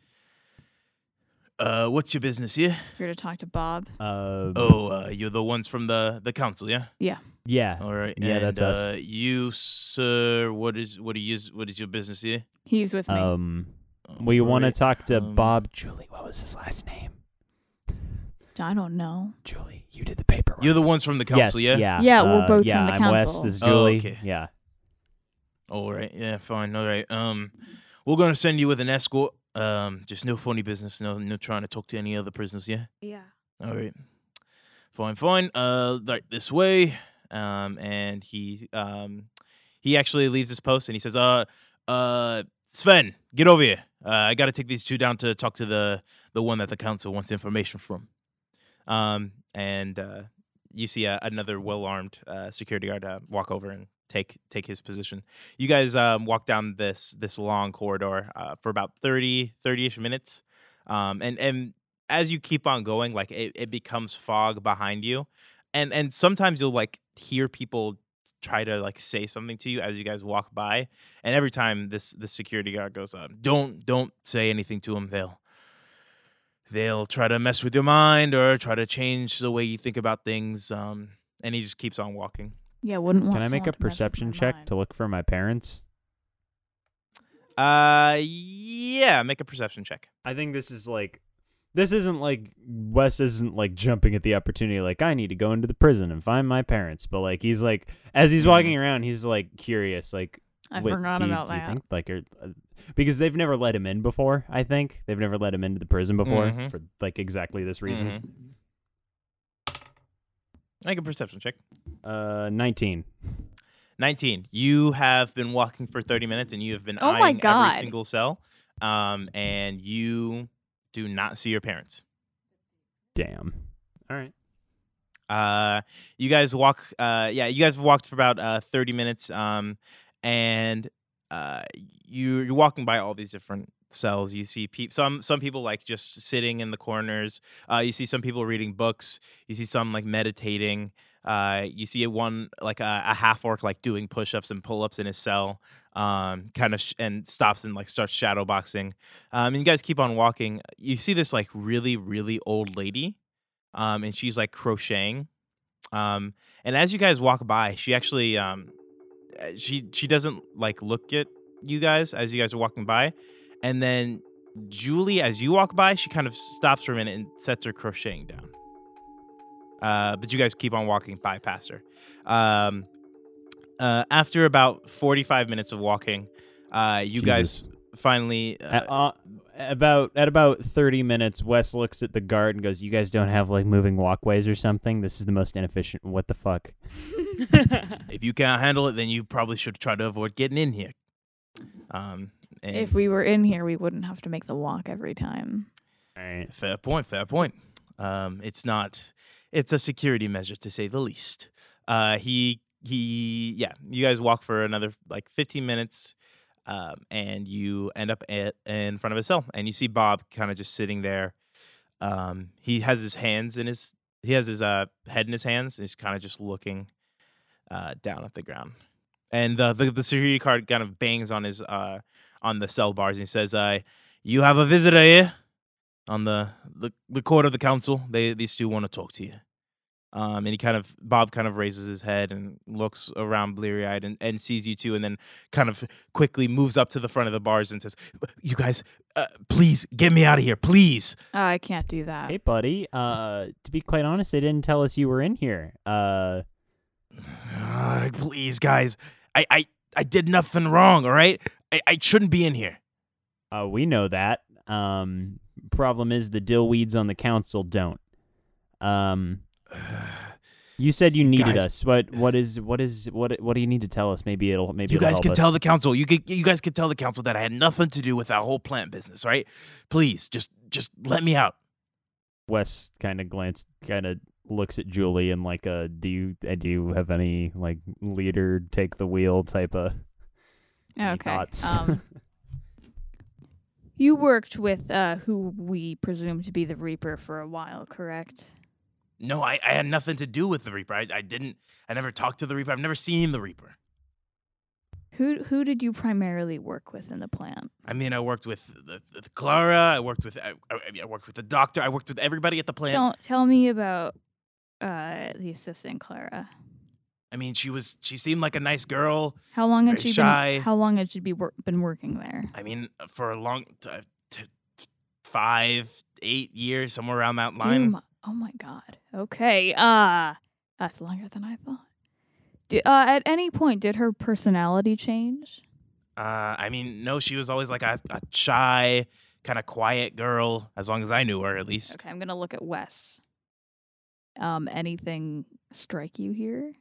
Uh, what's your business here? Here to talk to Bob. Uh, Oh, uh, you're the ones from the the council, yeah. yeah. All right. Yeah, and, that's uh, us. You, sir, what is what do you what is your business here? He's with me. Um, we All want to right, talk to Oh, um, Bob. Julie, what was his last name? I don't know. Julie, you did the paperwork. You're the ones from the council, yes, yeah. yeah. Yeah, we're uh, both from yeah, the I'm Wes. council. This is Oh, Julie. okay. Yeah. All right. Yeah. Fine. All right. Um, we're gonna send you with an escort. Um, just no funny business. No, no trying to talk to any other prisoners. Yeah. (laughs) Yeah. All right. Fine. Fine. Uh, right this way. Um, and he um, he actually leaves his post and he says, "Uh, uh, Sven, get over here. Uh, I got to take these two down to talk to the the one that the council wants information from." Um, and uh, you see uh, another well armed uh, security guard uh, walk over and take take his position. You guys um, walk down this this long corridor uh, for about 30 30 ish minutes, um, and and as you keep on going, like it, it becomes fog behind you, and and sometimes you'll like hear people try to like say something to you as you guys walk by, and every time this this security guard goes, um, don't don't say anything to them. They'll they'll try to mess with your mind or try to change the way you think about things. Um, and he just keeps on walking. Yeah, wouldn't want Can I make someone a to mess with perception my check mind. to look for my parents? Uh, yeah, make a perception check. I think this is like this isn't like Wes isn't like jumping at the opportunity like I need to go into the prison and find my parents, but like he's like as he's walking around, he's like curious like I "Wait, forgot do you- about do you that. think, like are, uh, because they've never let him in before, I think. They've never let him into the prison before Mhm. for like exactly this reason. Mm-hmm. Make a perception check. Uh 19. 19. You have been walking for 30 minutes and you have been Oh my eyeing God. every single cell. Um, and you do not see your parents. Damn. All right. Uh, you guys walk, uh, yeah, you guys have walked for about uh, 30 minutes. Um, and uh, you, you're walking by all these different cells. You see peop- some, some people like just sitting in the corners. Uh, you see some people reading books. You see some like meditating. Uh, you see a one like uh, a, a half orc like doing push ups and pull ups in his cell, um, kind of sh- and stops and like starts shadow boxing. Um, and you guys keep on walking. You see this like really really old lady, um, and she's like crocheting. Um, and as you guys walk by, she actually um, uh, she she doesn't like look at you guys as you guys are walking by, and then Julie, as you walk by, she kind of stops for a minute and sets her crocheting down. Uh, but you guys keep on walking by past her. Um, uh, after about 45 minutes of walking, uh, you guys finally. Uh, At, uh, about at about 30 minutes, Wes looks at the guard and goes, "You guys don't have like moving walkways or something. This is the most inefficient. What the fuck?" if you can't handle it, then you probably should try to avoid getting in here. Um, and If we were in here, we wouldn't have to make the walk every time. All right. fair point, fair point. Um, it's not. It's a security measure to say the least. Uh, he he. Yeah, you guys walk for another like 15 minutes, um, and you end up at, in front of a cell, and you see Bob kind of just sitting there. Um, he has his hands in his. He has his uh, head in his hands. And he's kind of just looking uh, down at the ground. And the, the the security card kind of bangs on his uh, on the cell bars and he says, "I, you have a visitor here on the the, the court of the council. They these two want to talk to you." Um, and he kind of Bob kind of raises his head and looks around bleary eyed and, and sees you two, and then kind of quickly moves up to the front of the bars and says, "You guys, uh, please get me out of here, please." Oh, I can't do that. Hey, buddy. Uh, to be quite honest, they didn't tell us you were in here. Uh, Ugh, please, guys, I, I I did nothing wrong. All right, I, I shouldn't be in here. uh we know that. Um, problem is the dill weeds on the council don't. (sighs) Um, you said you needed Guys. us. What what is what is what what do you need to tell us? Maybe it'll maybe you it'll guys help can us. tell the council. You could, you guys could tell the council that I had nothing to do with that whole plant business, right? Please, just just let me out. Wes kind of glanced, kind of looks at Julie and like, uh, do you uh, do you have any like leader take the wheel type of? Any okay. thoughts? (laughs) Um, you worked with uh, who we presume to be the Reaper for a while, correct? No, I, I had nothing to do with the Reaper. I, I didn't. I never talked to the Reaper. I've never seen the Reaper. Who who did you primarily work with in the plant? I mean, I worked with the, the, the Clara. I worked with I, I- I worked with the doctor. I worked with everybody at the plant. Tell tell me about uh, the assistant Clara. I mean, she was she seemed like a nice girl. How long had Very she shy. been? How long had she be wor- been working there? I mean, uh, for a long t- t- five, eight years, somewhere around that line. Damn. Oh my god. Okay. Uh that's longer than I thought. Do, uh, at any point, did her personality change? Uh, I mean, no, she was always like a, a shy, kind of quiet girl, as long as I knew her, at least. Okay, I'm gonna look at Wes. Um, anything strike you here?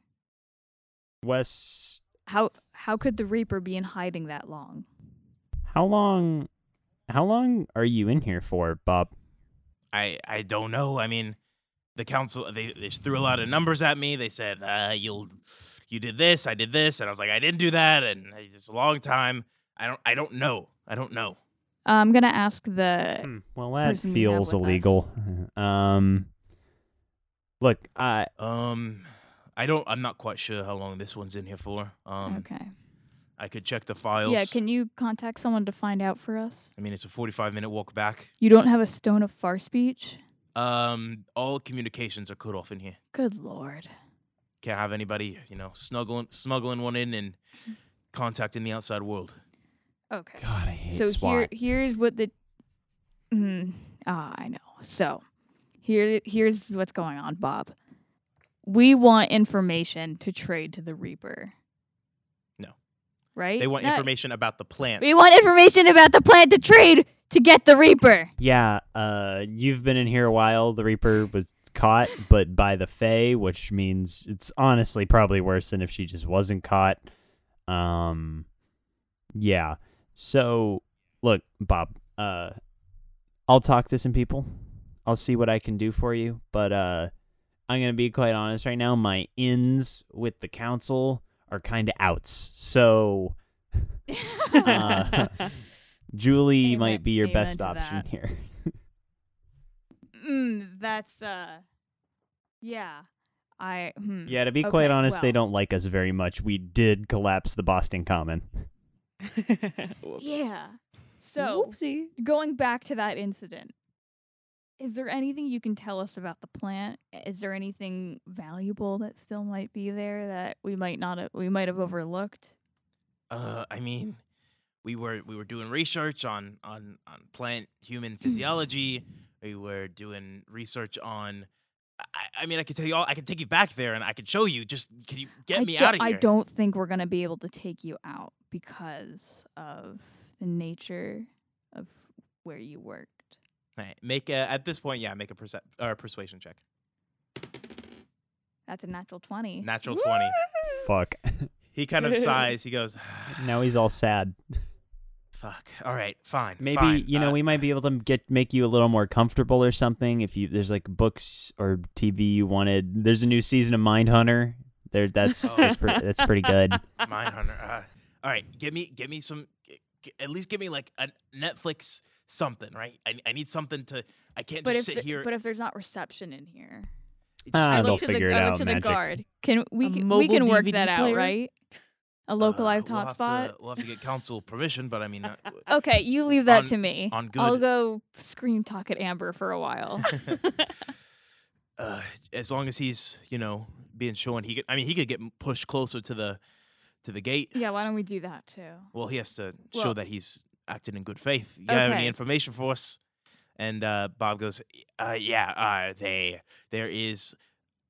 Wes, How how could the Reaper be in hiding that long? how long, how long are you in here for, Bob? I, I don't know. I mean, the council, they, they just threw a lot of numbers at me. They said, uh, you'll, you did this, I did this. And I was like, I didn't do that. And it's just a long time. I don't, I don't know. I don't know. Uh, I'm gonna ask the Hmm, Well, that person we have feels with us. illegal. Um, look, I Um, I don't, I'm not quite sure how long this one's in here for. Um, okay. I could check the files. Yeah, can you contact someone to find out for us? I mean, it's a 45 minute walk back. You don't have a stone of far speech? Um, all communications are cut off in here. Good lord. can't have anybody, you know, snuggling smuggling one in and contacting the outside world. Okay. God, I hate so SWAT. here here's what the mm, ah, I know. So here here's what's going on, Bob. We want information to trade to the Reaper. No. Right? They want Not- information about the plant. We want information about the plant to trade to get the Reaper. yeah, uh, you've been in here a while. The Reaper was caught, but by the Fae, which means it's honestly probably worse than if she just wasn't caught. Um, yeah. So, look, Bob. Uh, I'll talk to some people. I'll see what I can do for you, but uh, I'm gonna be quite honest right now. My ins with the council are kind of outs. So. Uh, Julie Amen- might be your amen best to option that. here. Mm, that's uh yeah. I hmm. Yeah, to be Okay, quite honest, they well. don't like us very much. We did collapse the Boston Common. Uh, (laughs) Whoops. Yeah. So Whoopsie. going back to that incident, is there anything you can tell us about the plant? Is there anything valuable that still might be there that we might not have, we might have overlooked? uh, I mean, we were we were doing research on on on plant human Hmm. physiology. we were doing research on. I, I mean, I could tell you all. I could take you back there and I could show you. Just can you get I me do- out of here? I don't think we're gonna be able to take you out because of the nature of where you worked. All right, make a, at this point, yeah, make a perce- or persuasion check. That's a natural twenty. Natural twenty. Fuck. He kind (laughs) of sighs. He goes, now he's all sad. "Fuck. All right, fine. Maybe fine, you know uh, we might be able to get make you a little more comfortable or something. If you there's like books or TV you wanted. There's a new season of Mindhunter. There, (laughs) that's Oh. that's, pre- that's pretty good. Mindhunter. Uh, all right, give me give me some. g- g- At least give me like a Netflix something, right? I, I need something to. I can't But if, just the- sit here. but if there's not reception in here, just- uh, Ah, I they'll look to the, figure it I look out. to Magic. the guard. Can we A can, we mobile can work DVD that out, player? right? A uh, localized we'll have to- hotspot. We'll have to get council permission, but I (laughs) mean, uh, w- Okay, you leave that On- to me. on I'll good- go scream talk at Amber for (laughs) a while. uh, as long as he's you know being shown, he could. I mean, he could get m- pushed closer to the to the gate. yeah, why don't we do that too? Well, he has to show Well- that he's acting in good faith. You have any Okay. information for us? And uh, Bob goes, uh, "Yeah, uh, they there is.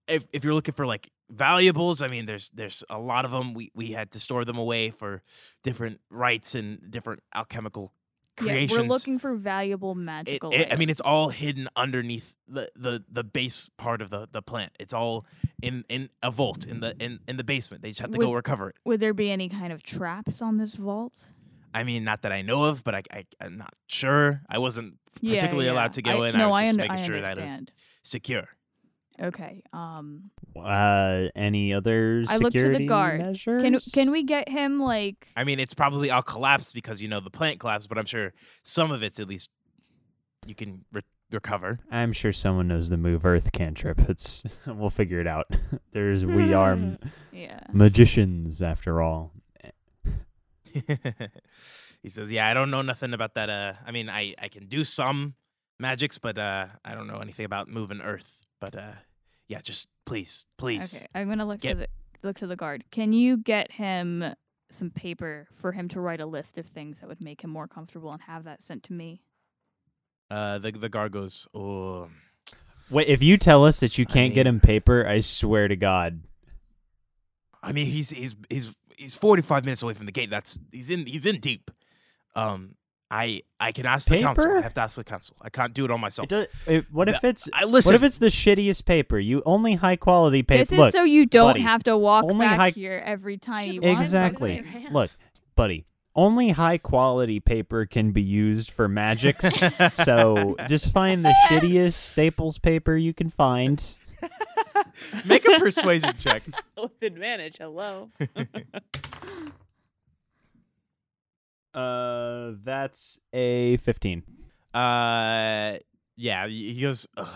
If if you're looking for like valuables, I mean, there's there's a lot of them. We we had to store them away for different rites and different alchemical creations. Yeah, we're looking for valuable It- magical. it- I mean, items. it's all hidden underneath the, the, the base part of the, the plant. It's all in, in a vault in the in, in the basement. They just have to go Would- recover it. Would there be any kind of traps on this vault? I mean, not that I know of, but I, I I'm not sure. I wasn't Yeah, particularly yeah. allowed to go I, in. I No, was I, just under- making I sure that it was understand. secure. Okay. Um, Uh, any other I security look to the guard. measures? can can we get him like? I mean, it's probably all collapsed because you know the plant collapsed, but I'm sure some of it's at least you can re- recover. (laughs) I'm sure someone knows the move Earth cantrip. It's (laughs) we'll figure it (laughs) out. There's we are m- Yeah. magicians after all. he says, "Yeah, I don't know nothing about that. Uh, I mean, I I can do some magics, but uh, I don't know anything about moving earth. But uh, yeah, just please, please. Okay, I'm gonna look to Get- the look to the guard. Can you get him some paper for him to write a list of things that would make him more comfortable and have that sent to me? Uh, the the guard goes, oh." Wait, if you tell us that you I can't get mean- him paper, I swear to God. I mean, he's he's he's he's 45 minutes away from the gate. That's he's in he's in deep. Um, I I can ask the council. I Paper? have to ask the council. I can't do it on myself. It does, it, what if The- it's I listen. what if it's the shittiest paper? You only high quality paper. this is Look, so you don't buddy, have to walk only back high- here every time you (laughs) want exactly. something. Look, buddy, only high quality paper can be used for (laughs) magics. so just find (laughs) the shittiest Staples paper you can find. Make a persuasion (laughs) check. With advantage, hello. Uh, that's a fifteen. Uh, yeah. He he goes, Ugh,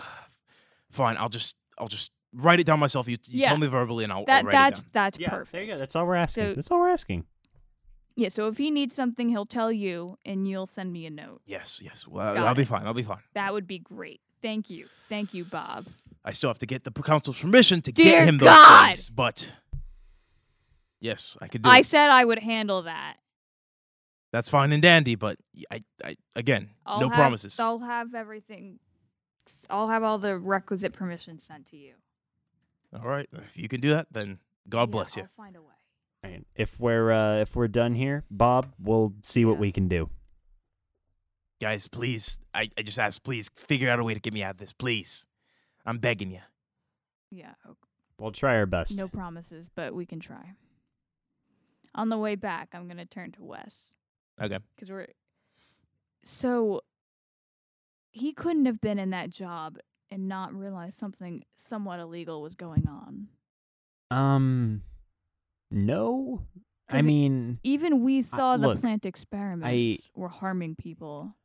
fine. I'll just I'll just write it down myself. You, you Yeah. tell me verbally, and I'll, I'll That write it that down. that's Yeah, perfect. there you go. That's all we're asking. So- that's all we're asking. Yeah, so if he needs something, he'll tell you and you'll send me a note. Yes, yes. Well, Got I'll Uh, be it. fine. I'll be fine. That would be great. Thank you. Thank you, Bob. I still have to get the p- council's permission to Dear get him those God! things, but yes, I could do. I it. said I would handle that. That's fine and dandy, but I, I again, I'll no have- promises. I'll have everything. I'll have all the requisite permissions sent to you. All right, if you can do that, then God Yeah, bless you. I'll find a way. Right. If we're uh, if we're done here, Bob, we'll see what Yeah. we can do. Guys, please, I, I just ask, please figure out a way to get me out of this, please. I'm begging you. Yeah, ok- We'll try our best. no promises, but we can try. On the way back, I'm gonna turn to Wes Okay. because we're. So. He couldn't have been in that job and not realize something somewhat illegal was going on. Um, no. I 'Cause it- mean, Even we saw the look, plant experiments were harming people.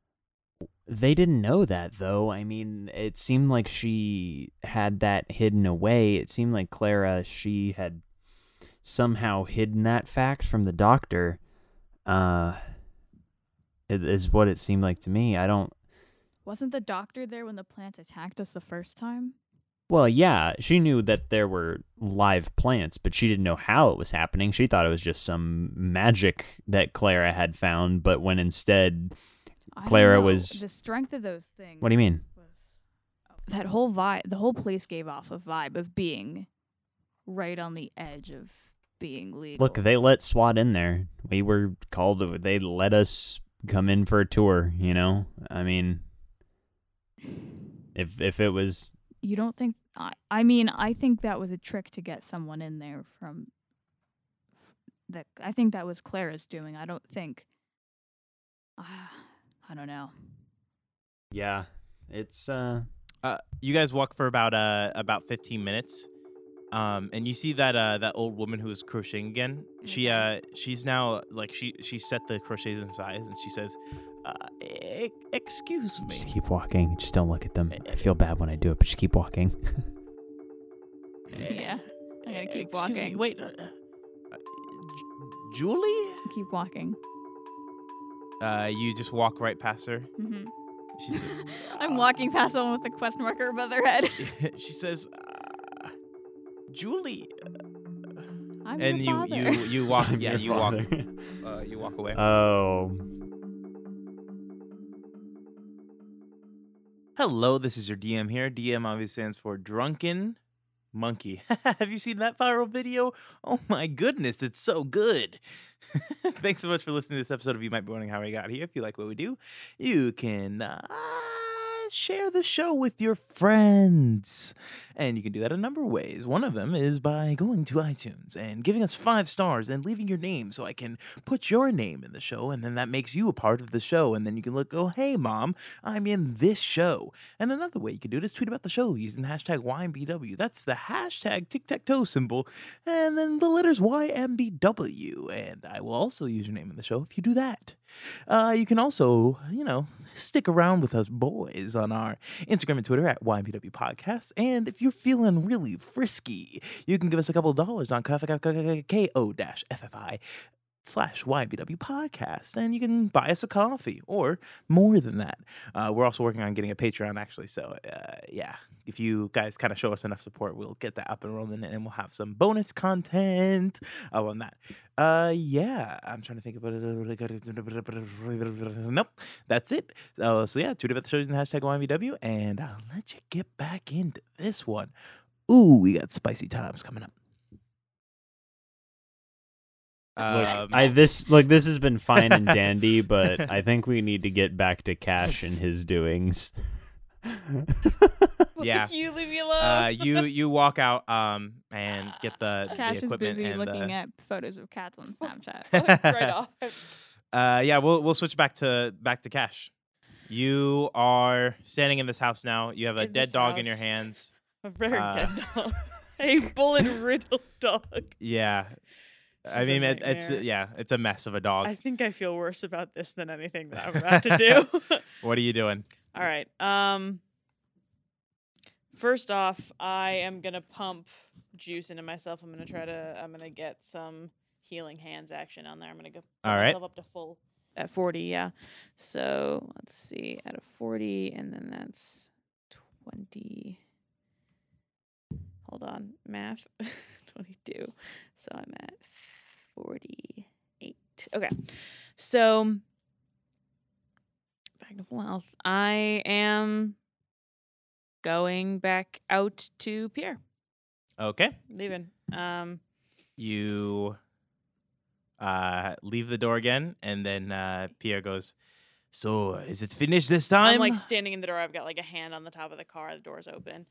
they didn't know that though. I mean, it seemed like she had that hidden away. It seemed like Clara she had somehow hidden that fact from the doctor. Uh, it is what it seemed like to me. I don't. Wasn't the doctor there when the plants attacked us the first time? Well, yeah, she knew that there were live plants, but she didn't know how it was happening. She thought it was just some magic that Clara had found, but when instead, I don't Clara know. was- the strength of those things. What do you mean? was- that whole vibe, the whole place gave off a vibe of being right on the edge of being legal. look, they let SWAT in there. We were called, they let us come in for a tour, you know? I mean, if if it was you don't think? I, I mean, I think that was a trick to get someone in there from. That I think that was Clara's doing. I don't think. (sighs) I don't know. yeah, it's uh Uh, you guys walk for about uh about 15 minutes, um, and you see that uh that old woman who is crocheting again. She uh Mm-hmm. she's now like she she set the crochets in size, and she says, uh, e- "Excuse me." just keep walking. Just don't look at them. I feel bad when I do it, but just keep walking. yeah, I'm gonna keep Excuse walking. Me, wait, uh, uh, Ju- Julie? Keep walking. Uh, you just walk right past her. hmm She (laughs) says, I'm walking past someone with a question mark over their head. (laughs) she says, uh, "Julie," I'm and your you father. you you (laughs) walk (laughs) I'm yeah your you father. walk uh, you walk away. oh, Hello, this is your DM here. DM obviously stands for Drunken Monkey. (laughs) Have you seen that viral video? Oh my goodness, it's so good. (laughs) Thanks so much for listening to this episode of You Might Be Wondering How I Got Here. If you like what we do, you can uh, share the show with your friends. And you can do that a number of ways. One of them is by going to iTunes and giving us five stars and leaving your name so I can put your name in the show. And then that makes you a part of the show. And then you can look, oh, hey, mom, I'm in this show. And another way you can do it is tweet about the show using the hashtag YMBW. That's the hashtag tic tac toe symbol. And then the letters YMBW. And I will also use your name in the show if you do that. Uh, you can also, you know, stick around with us boys on our Instagram and Twitter at YMPW Podcast. And if you're feeling really frisky, you can give us a couple dollars on ko-fi slash YBW podcast. And you can buy us a coffee or more than that. Uh, we're also working on getting a Patreon, actually. So, uh, yeah, if you guys kind of show us enough support, we'll get that up and rolling and we'll have some bonus content up on that. Uh, yeah, I'm trying to think about it. (laughs) Nope, that's it. So, so yeah, tweet about the shows using the hashtag YMVW, and I'll let you get back into this one. Ooh, we got spicy times coming up. Um, Um, Look, I this look this has been fine (laughs) and dandy, but I think we need to get back to Cash and his doings. (laughs) (laughs) yeah. you leave me alone. Uh, you you walk out um and get (laughs) the, (laughs) Cash the is equipment busy and uh, looking the- (laughs) at photos of cats on Snapchat. right off. Uh, yeah, we'll we'll switch back to back to cash. You are standing in this house now. You have a In dead this dog in your house. hands. (laughs) A very Uh, dead (laughs) dog. A bullet riddled dog. Yeah, This I is a mean it, it's nightmare. yeah, it's a mess of a dog. I think I feel worse about this than anything that I'm (laughs) about (laughs) to do. What are you doing? All right. Um First off, I am going to pump juice into myself. I'm going to try to I'm going to get some healing hands action on there. I'm going to go put All right. myself up to full at 40, yeah. So, let's see. Out of 40 and then that's 20 Hold on. Math (laughs) 22. So I'm at 48. Okay. So back to full health. I am going back out to Pierre. Okay, Leaving. Um, you uh leave the door again, and then uh Pierre goes. So is it finished this I'm, time? like standing in the door. I've got like a hand on the top of the car. The door's open.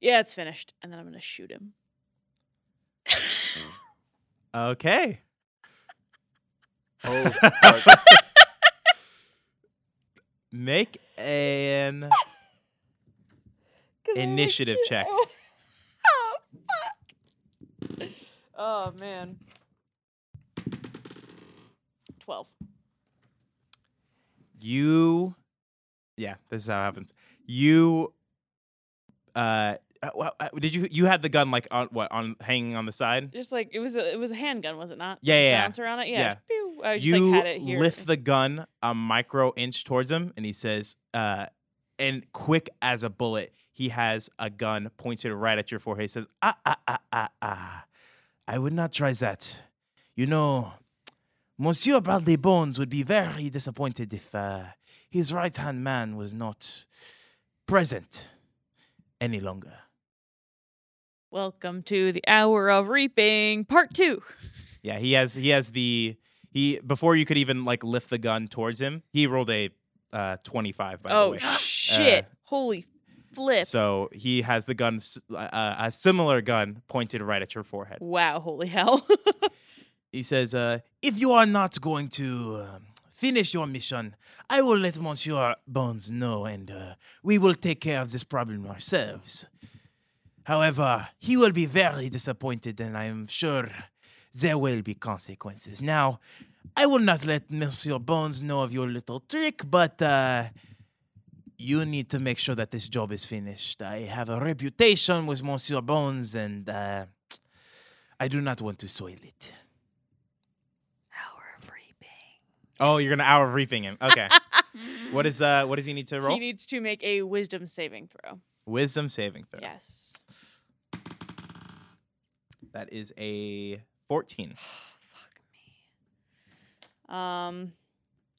Yeah, it's finished. And then I'm gonna shoot him. okay. (laughs) Oh, Make an initiative check. (laughs) oh fuck! Oh man. Twelve. you yeah this is how it happens you uh uh, wha- uh, did you you had the gun like on what on hanging on the side Just like it was a it was a handgun, was it not? Yeah, The yeah, yeah. Silencer on it. Yeah. Yeah. just pew. I just you like had it here. lift the gun a micro inch towards him and he says uh and quick as a bullet he has a gun pointed right at your forehead he says ah ah ah ah ah i would not try that you know monsieur bradley bones would be very disappointed if uh, his right hand man was not present any longer Welcome to the hour of reaping, part two. Yeah, he has he has the he before you could even like lift the gun towards him, he rolled a uh, twenty five by the oh way. shit! Uh, Holy flip! So he has the gun, s- uh, a similar gun pointed right at your forehead. wow! Holy hell! (laughs) He says, uh, "If you are not going to uh, finish your mission, I will let Monsieur Bones know, and uh, we will take care of this problem ourselves. However, he will be very disappointed, and I am sure there will be consequences. Now, I will not let Monsieur Bones know of your little trick, but." Uh, you need to make sure that this job is finished. I have a reputation with Monsieur Bones, and uh, I do not want to soil it. hour of reaping. Oh, you're gonna hour of reaping (laughs) him. Okay. what is uh what does he need to roll? He needs to make a wisdom saving throw. Wisdom saving throw. Yes. That is a 14. Fuck me. Um,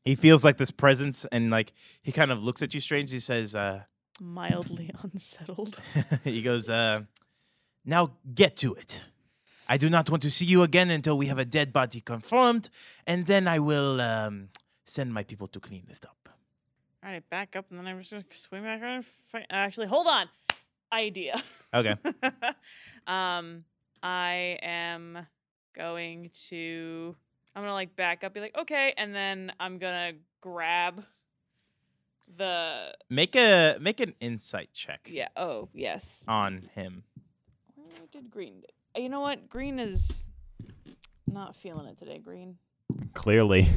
He feels like this presence and like he kind of looks at you strange. He says, uh (laughs) mildly (laughs) unsettled. he goes, uh now get to it. I do not want to see you again until we have a dead body confirmed, and then I will um send my people to clean it up. All right, back up, and then I'm just gonna swim back around. And fight. Uh, Actually, hold on. Idea. Okay. (laughs) um, I am going to. I'm gonna like back up, be like, okay, and then I'm gonna grab the. Make a make an insight check Yeah. Oh, yes. on him. Where did green? do? You know what? Green is not feeling it today. Green. Clearly.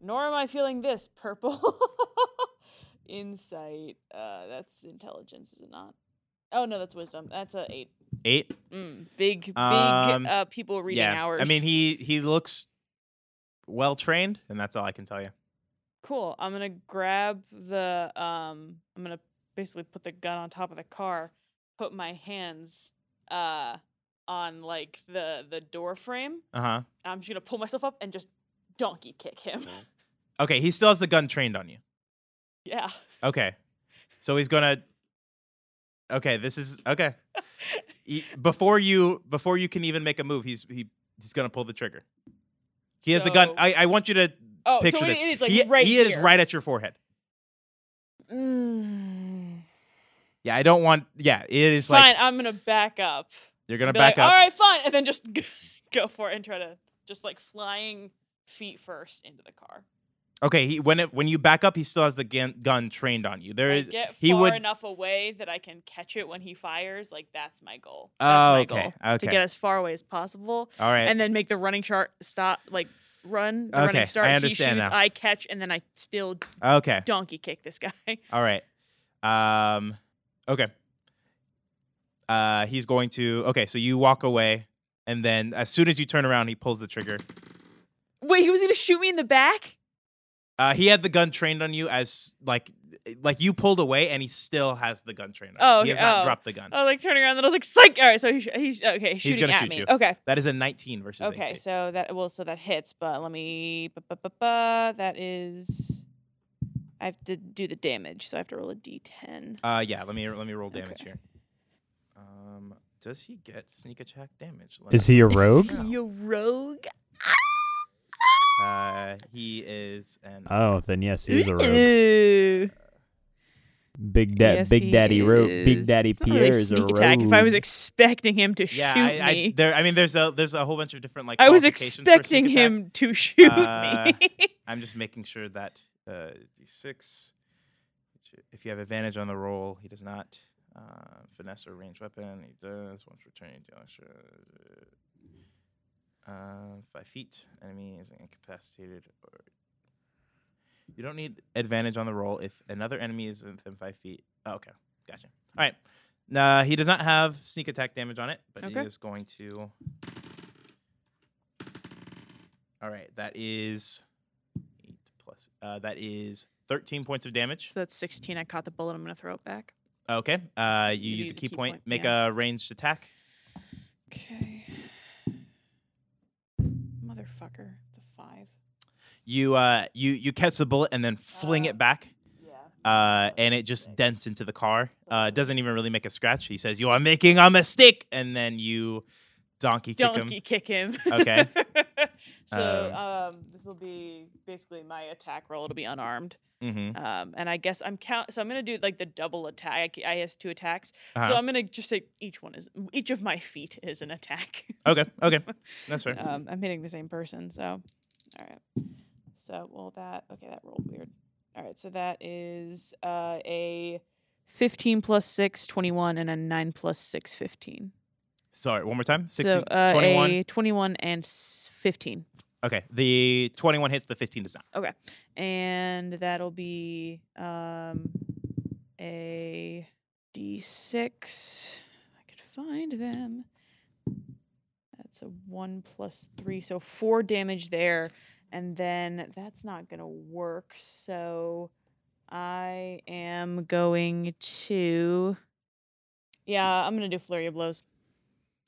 Nor am I feeling this purple. (laughs) Insight. Uh, that's intelligence, is it not? Oh no, that's wisdom. That's a eight. Eight. Mm, big, big Um, uh, people reading yeah. hours. I mean, he he looks well trained, and that's all I can tell you. Cool. I'm gonna grab the um I'm gonna basically put the gun on top of the car, put my hands uh on like the the door frame. Uh huh. I'm just gonna pull myself up and just donkey kick him. Okay, he still has the gun trained on you. yeah. Okay, so he's gonna. Okay, this is (laughs) okay. He- before you, before you can even make a move, he's he he's gonna pull the trigger. He has the gun. So- I, I want you to Oh, picture so it- this. it is like he, right he is here. right at your forehead. Mm. Yeah, I don't want. Yeah, it is Fine, like I'm gonna back up. you're gonna Be back like, up. All right, fine, and then just (laughs) go for it and try to just like flying feet first into the car. Okay, he, when it when you back up, he still has the gun, gun trained on you. There I is get he far would- enough away that I can catch it when he fires. Like that's my goal. That's Oh, my okay, goal. okay, to get as far away as possible all right. and then make the running chart stop like run the Okay, running start I he understand shoots now. i catch and then i still Okay. donkey kick this guy (laughs) All right. Um okay. Uh he's going to Okay, so you walk away and then as soon as you turn around he pulls the trigger. wait he was gonna shoot me in the back Uh he had the gun trained on you as like like you pulled away and he still has the gun trained on Oh, you. He has okay. not Oh. dropped the gun. I was like turning around, then I was like, "Psych!" All right, so he sh- he's okay. He's shooting gonna at shoot me. you. Okay, That is a 19 versus okay. AC. So that well, so that hits, but let me. ba- ba- ba- ba, That is, I have to do the damage, so I have to roll a d10. Uh yeah, let me let me roll damage Okay. here. Um does he get sneak attack damage? Let Is me he a find rogue? out. you rogue Uh he is an Oh, then yes, he's a (laughs) rogue. Ooh. Big Dad, Yes, Big he Daddy rogue. Big is. Daddy It's not Pierre really is a sneak rogue. attack. If I was expecting him to Yeah, shoot I, I, me, there. I mean, there's a there's a whole bunch of different like. I, was qualifications for sneak expecting attack. him to shoot Uh, (laughs) me. I'm just making sure that uh, d6. which i- If you have advantage on the roll, he does not. Uh, finesse or range weapon, he does. Once returning to extra. Uh, five feet. Enemy is incapacitated. Or you don't need advantage on the roll if another enemy is within five feet. Oh, okay, gotcha. All right. Nah, he does not have sneak attack damage on it, but Okay. he is going to. All right, that is eight plus. Uh, that is thirteen points of damage. so that's 16 i caught the bullet i'm gonna throw it back Okay. Uh, you use a key, point. Make a ranged attack. okay, motherfucker, it's a five. You uh, you you catch the bullet and then fling it back. Uh, and it just dents into the car. Uh, it doesn't even really make a scratch. He says, "You are making a mistake," and then you donkey kick donkey him. kick him. Okay. (laughs) so um, this will be basically my attack roll. It'll be unarmed, Mm-hmm. um, and I guess I'm count. So I'm gonna do like the double attack. I has two attacks, Uh-huh. so I'm gonna just say each one is each of my feet is (laughs) an attack. Okay. Okay. That's (laughs) fair. um, I'm hitting the same person, so all right. So well, that okay, that rolled weird. All right, so that is uh, a 15 plus 6, 21, and a 9 plus 6, 15. Sorry, one more time. so 16, uh, 21. a 21 and s- 15. Okay, the 21 hits, the 15 does not. and that'll be um a d6 i could find them that's a 1 plus 3 so 4 damage there and then that's not going to work so i am going to yeah i'm going to do flurry of blows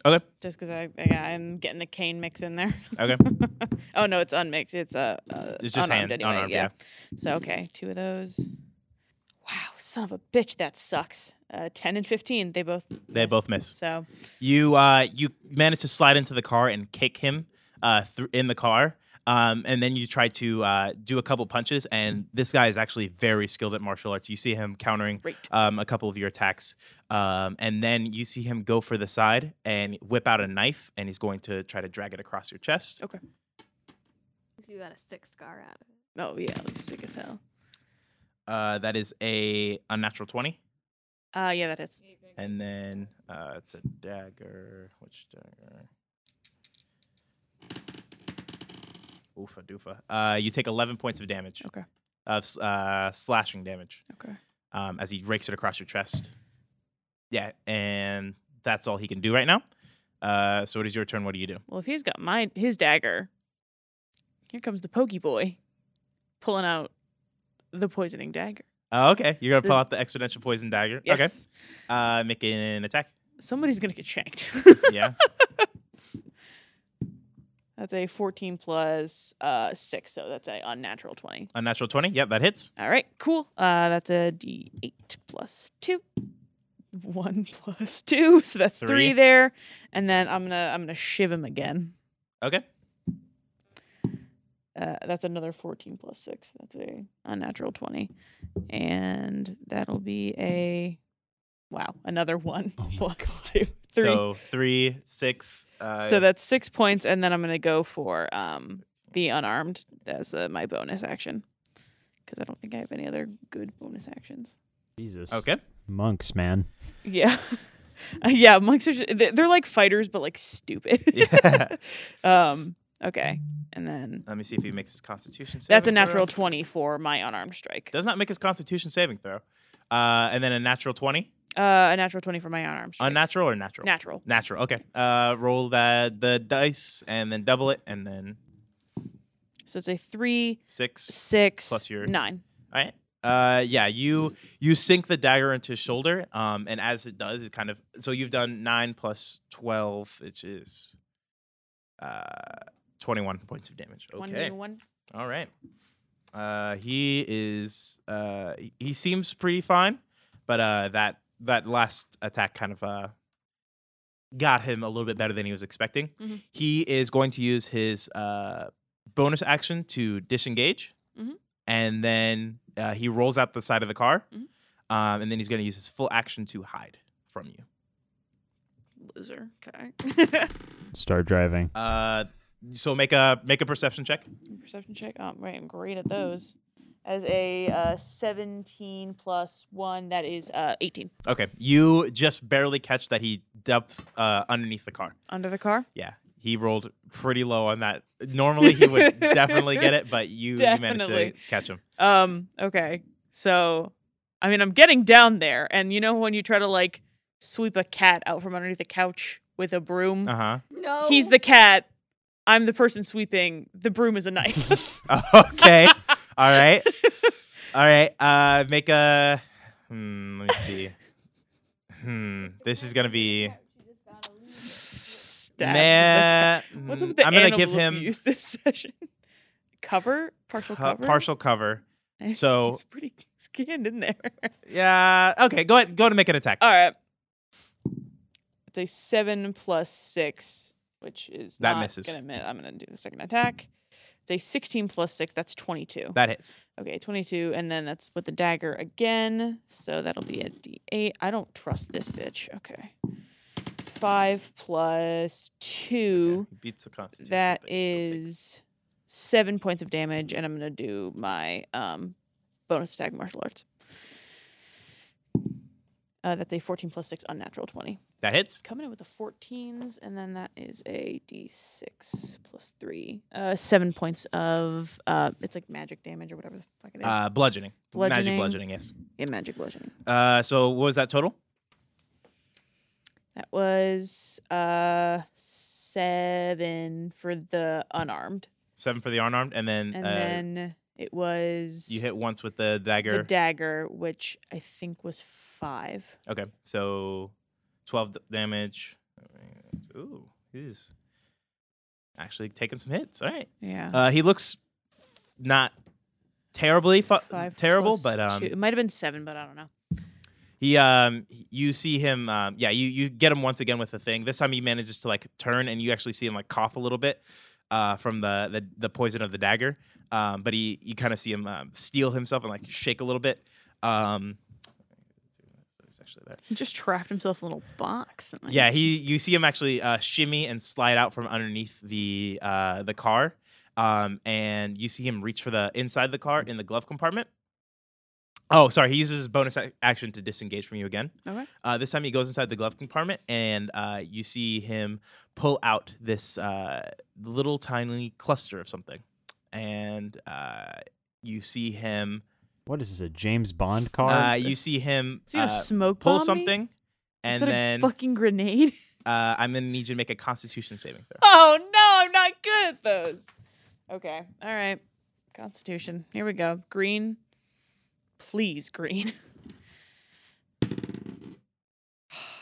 Okay. just because I, I i'm getting the cane mix in there Okay. (laughs) oh no, it's unmixed. It's uh, uh It's just unarmed hand- anyway. unarmed, yeah. So okay, two of those. Wow, son of a bitch, that sucks. Uh, Ten and fifteen, they both. They both miss. So You uh, you manage to slide into the car and kick him uh, thr in the car, um, and then you try to uh, do a couple punches. And this guy is actually very skilled at martial arts. You see him countering great. um, a couple of your attacks, um, and then you see him go for the side and whip out a knife, and he's going to try to drag it across your chest. You got a stick scar out of it. Oh yeah, it was sick as hell. Uh, that is a unnatural twenty. Uh, yeah, that hits. And then uh, it's a dagger. Which dagger? Oofa doofa. Uh, you take 11 points of damage. Okay. Of s- uh, slashing damage. Okay. Um, as he rakes it across your chest. Yeah, and that's all he can do right now. Uh, so it is your turn. What do you do? Well, if he's got my his dagger, Here comes the pokey boy, pulling out the poisoning dagger. Oh, okay. You're gonna pull out the exponential poison dagger. Okay. Mm. Yes. Uh, make an (laughs) attack. Somebody's gonna get shanked. (laughs) Yeah. that's a 14 plus uh, six, so that's a unnatural 20. Unnatural twenty. Yep, that hits. All right, cool. Uh, that's a d8 plus two. One (laughs) plus two, so that's three. Three. there, and then I'm gonna I'm gonna shiv him again. Okay. Uh, that's another 14 plus six. That's a unnatural 20, and that'll be a wow another (laughs) one plus two three. So three, six. Uh, So that's six points, and then I'm gonna go for um the unarmed as uh, my bonus action because I don't think I have any other good bonus actions. Jesus. okay. Monks, man. Yeah, (laughs) Uh, yeah, monks are ju- they- they're like fighters, but like stupid. (laughs) (laughs) Yeah. um. Okay, and then Let me see if he makes his Constitution. that's a saving natural Throw. twenty for my unarmed strike. Does not make his Constitution saving throw. Uh, and then a natural twenty. Uh, a natural twenty for my unarmed strike. Unnatural or natural? Natural. Natural. Okay. Uh, roll that the dice and then double it and then So it's a three, six. six, Plus your- nine. All right. Uh, yeah. You you sink the dagger into his shoulder. Um, and as it does, it kind of so you've done nine plus twelve, which is uh twenty-one points of damage. Okay. One. All right. Uh, he is. Uh, he- he seems pretty fine, but uh, that that last attack kind of uh, got him a little bit better than he was expecting. Mhm. He is going to use his uh, bonus action to disengage, Mhm. and then uh, he rolls out the side of the car, Mhm. um, and then he's going to use his full action to hide from you. Loser. Okay. (laughs) Start driving. Uh, so make a make a perception check. Perception check. Oh, right, I'm great at those. As a uh, 17 plus one, that is uh, 18. Okay, you just barely catch that he dumps uh, underneath the car. Under the car. Yeah, he rolled pretty low on that. Normally, he (laughs) would definitely get it, but you, you managed to Definitely. catch him. Um. Okay. So, I mean, I'm getting down there, and you know when you try to like sweep a cat out from underneath the couch with a broom. Uh No. He's the cat. I'm the person sweeping. The broom is a (laughs) knife. (laughs) huh. (laughs) okay. All right. All right. Uh, make a. Hmm, let me see. Hmm. This is gonna be. Stab the cat. Man. What's up with the Hmm, I'm gonna animal give him abuse this (laughs) session? cover partial co- cover. partial cover. so- (laughs) it's pretty (laughs) scanned in there. Yeah. Okay. Go ahead. Go ahead and make an attack. All right. It's a seven plus six, which is That not misses. Gonna mi- I'm gonna do the second attack. It's a sixteen plus six. That's twenty-two. That hits. okay, twenty-two, and then that's with the dagger again. So that'll be a d8. I don't trust this bitch. Okay. Five plus two. He beats the constitution. That but he still takes- is seven points of damage, and I'm gonna do my um, bonus attack martial arts. Uh, that's a 14 plus six unnatural 20. That hits. Coming in with the 14s, and then that is a d6 plus three. Uh, seven points of uh, it's like magic damage or whatever the fuck it is. Uh, bludgeoning. Magic Bludgeoning. bludgeoning. Yes. yeah, magic bludgeoning. Uh, so what was that total? That was uh seven for the unarmed, Seven for the unarmed, and then and uh, then it was you hit once with the dagger. the dagger, which I think was five. okay, so twelve d- damage. Ooh, he's actually taking some hits. All right. Yeah. Uh, he looks not terribly fu- Five terrible, plus but um, two. it might have been seven, but I don't know. he um, he- you see him. Um, yeah, you you get him once again with the thing. This time he manages to like turn, and you actually see him like cough a little bit. Uh, from the, the the poison of the dagger, um, but he you kind of see him um, steal himself and like shake a little bit. Um, it's actually there. He just trapped himself in a little box. and, like, Yeah, he you see him actually uh, shimmy and slide out from underneath the uh, the car, um, and you see him reach for the inside the car in the glove compartment. Oh, sorry, he uses his bonus ac- action to disengage from you again. Okay. Uh, this time he goes inside the glove compartment, and uh, you see him pull out this uh, little tiny cluster of something, and uh, you see him What is this? A James Bond car? uh, you see him Is he gonna uh, smoke pull bomb me? something, and is that then. a fucking (laughs) grenade. Uh, I'm gonna need you to make a Constitution saving throw. Oh no, I'm not good at those. Okay. All right. Constitution. Here we go. Green. Please, green. (sighs)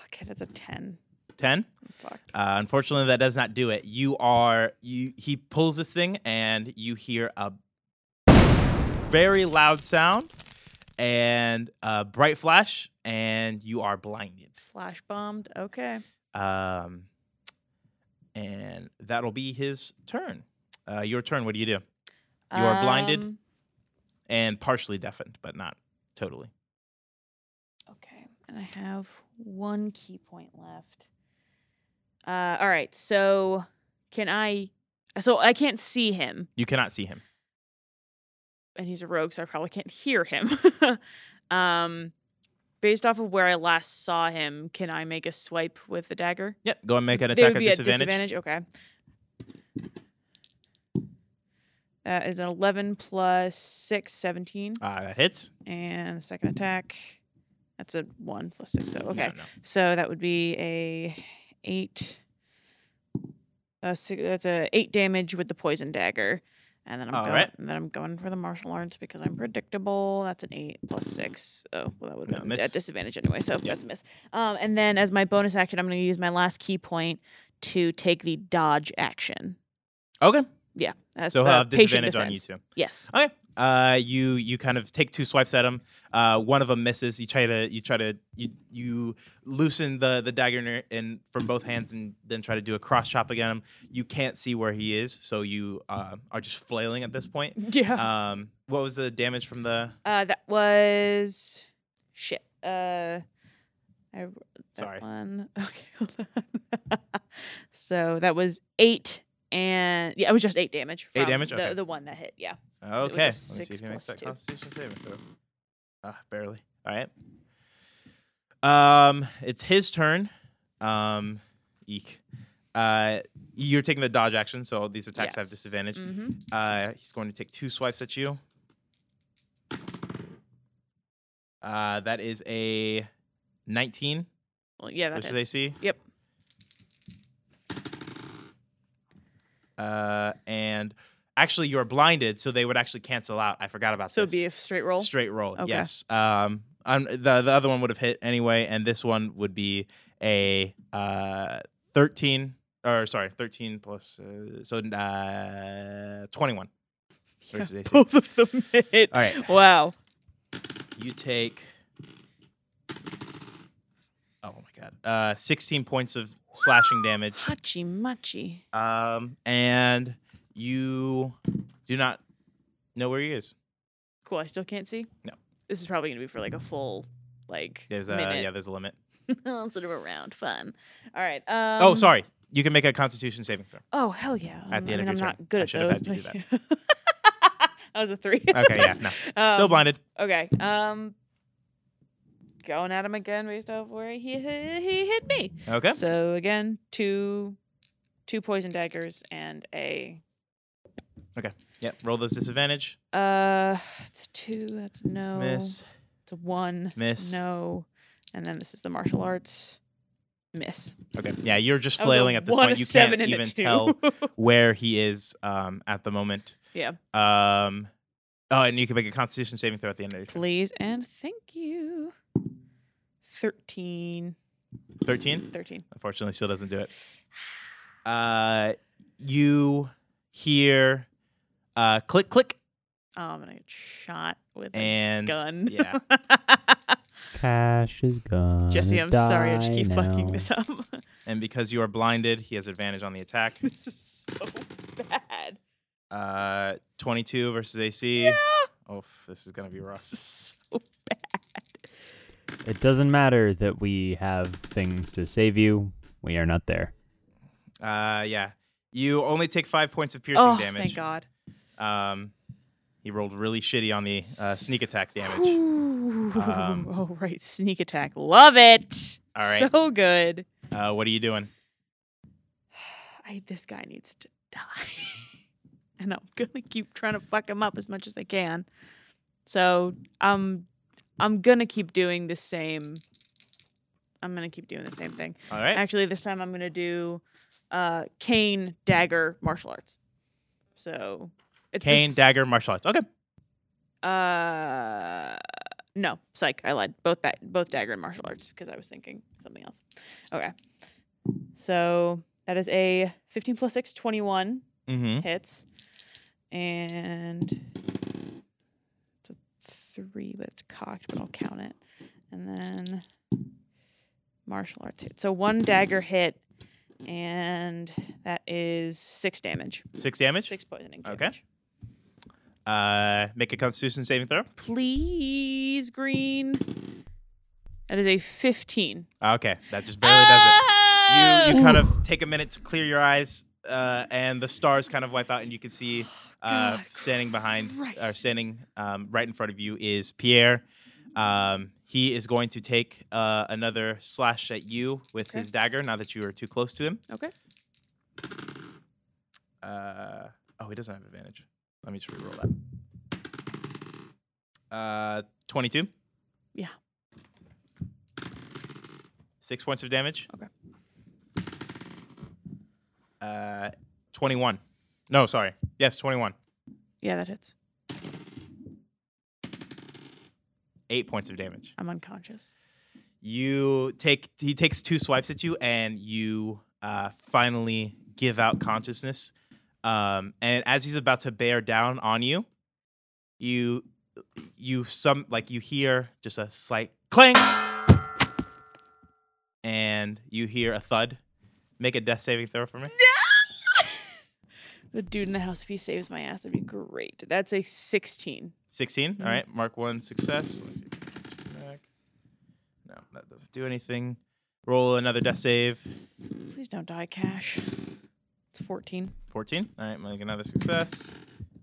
okay, that's a 10. Ten. I'm fucked. Uh, unfortunately, that does not do it. You are you. He pulls this thing, and you hear a very loud sound and a bright flash, and you are blinded. Flash bombed. Okay. Um, and that'll be his turn. Uh, your turn. What do you do? You are blinded? Um, And partially deafened, but not totally. Okay. And I have one key point left. Uh, all right. So can I? So I can't see him, You cannot see him. and he's a rogue, so I probably can't hear him. (laughs) um, based off of where I last saw him, can I make a swipe with the dagger? Yep. Go and make an There attack would at be disadvantage. a disadvantage. Okay. That is an 11 plus 6, 17. Uh, that hits. And second attack, that's a 1 plus 6. So, okay. No, no. So that would be a eight. A si that's a eight damage with the poison dagger, and then I'm All going, right. and then I'm going for the martial arts because I'm predictable. That's an eight plus six. Oh, well, that would No, have been miss. at disadvantage anyway, so that's a miss. Um, and then as my bonus action, I'm going to use my last key point to take the dodge action. Okay. Yeah, as So the have patient disadvantage on you defense. too. (laughs) Yes. Okay. Uh, you you kind of take two swipes at him. Uh, one of them misses. You try to you try to you you loosen the the dagger in, your- in from both hands and then try to do a cross chop again. Him. You can't see where he is, so you uh, are just flailing at this point. (laughs) Yeah. Um, what was the damage from the? Uh, that was shit. Uh, I r- that Sorry. one. (laughs) Okay, hold on. (laughs) so that was eight, and yeah, it was just eight damage. Eight from damage? The, Okay. the one that hit. Yeah. was a Okay. Let me see six if he makes plus that two. Constitution saving throw. Ah, barely. All right. Um, it's his turn. Um, eek. Uh, you're taking the dodge action, so these attacks have disadvantage. hmm Uh, he's going to take two swipes at you. Uh, that is a 19 Well, yeah, that versus hits. AC. Yep. Uh, and actually, you're blinded, so they would actually cancel out. I forgot about So it'd this. be a straight roll. Straight roll. Okay. Yes. Um, um, the the other one would have hit anyway, and this one would be a uh thirteen or sorry thirteen plus uh, so uh twenty one. Versus (laughs) AC. All (laughs) Both of them (laughs) hit. right, Wow. you take. Oh my god. Uh, sixteen points of slashing damage. Hachi machi. Um, and you do not know where he is. Cool. I still can't see. No. This is probably gonna be for like a full, like There's a minute yeah. There's a limit. (laughs) instead of a round. Fun. All right. Um, oh, sorry. You can make a Constitution saving throw. Oh hell yeah! At Um, the end I of mean, I'm your turn. not good I at should those. have had you do but- (laughs) that was a three. Okay, yeah, no. (laughs) Still Um, blinded. Okay. Um, going at him again based off where he hit, he hit me. Okay. So again, two, two poison daggers and a Yep. Roll those disadvantage. uh, it's a two. That's a no. Miss. It's a one. Miss. No. And then this is the martial arts. Miss. Okay. Yeah, you're just That was a flailing at this one, point. a You seven, can't and a even two. tell where he is um, at the moment. (laughs) Yeah. Um. Oh, and you can make a Constitution saving throw at the end of your turn. Please and thank you. 13. Thirteen. 13. Unfortunately, still doesn't do it. Uh, you hear uh click click Oh, I'm gonna get shot with a and gun. yeah. Cash is gone. (laughs) Jesse, I'm sorry. I just keep fucking this up. (laughs) and because you are blinded, he has advantage on the attack. this is so bad. Uh, twenty-two versus AC. Oh, this is gonna be rough. This is It doesn't matter that we have things to save you. We are not there. Uh, yeah. You only take five points of piercing oh, damage. thank God. Um, he rolled really shitty on the uh, sneak attack damage. Ooh. (laughs) Um, oh, right. Sneak attack. Love it. All right. So good. Uh, what are you doing? I, this guy needs to die. (laughs) and I'm going to keep trying to fuck him up as much as I can. So um, I'm going to keep doing the same. I'm going to keep doing the same thing. All right. Actually, this time I'm going to do uh, cane, dagger, martial arts. So it's Cane, this- dagger, martial arts. Okay. Uh, no, psych. I lied. Both that, both dagger and martial arts because I was thinking something else. Okay, so that is a 15 plus 6, 21 Mm-hmm. hits, and it's a three, but it's cocked, but I'll count it. And then martial arts hit. So one dagger hit, and that is six damage. Six damage. Six poisoning. Okay. Damage. Uh, make a Constitution saving throw. please, green. That is a 15. Okay, that just Ah! barely does it. you you kind of take a minute to clear your eyes, uh, and the stars kind of wipe out, and you can see Oh, uh, standing behind or standing um, right in front of you is Pierre. Um, he is going to take uh, another slash at you with Okay. his dagger. Now that you are too close to him. Okay. Uh, oh, he doesn't have advantage. Let me just reroll that. Uh, twenty-two. Yeah. Six points of damage. Okay. Uh, 21. No, sorry. Yes, 21. Yeah, that hits. Eight points of damage. I'm unconscious. You take he takes two swipes at you, and you uh, finally give out consciousness. Um, and as he's about to bear down on you, you you some like you hear just a slight clang, and you hear a thud. Make a death saving throw for me. The dude in the house, if he saves my ass, that'd be great. That's a 16. 16. All right. Mark one success. Let's see. Back. No, that doesn't do anything. Roll another death save. Please don't die, Cash. It's 14. 14. All right. Make another success.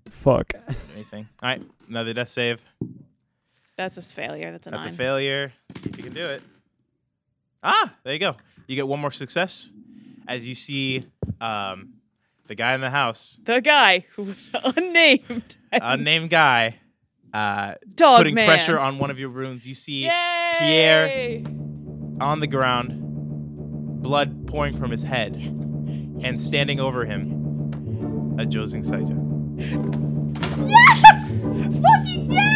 Fuck. Anything. All right. Another death save. That's a failure. That's a That's nine. a failure. Let's see if you can do it. Ah, there you go. You get one more success as you see um, the guy in the (laughs) house, The guy who was (laughs) unnamed. unnamed guy, uh, Dog putting man. pressure on one of your runes. You see Yay! Pierre. on the ground, blood pouring from his head, and standing over him, a Josing Saija. Yes! Fucking yes!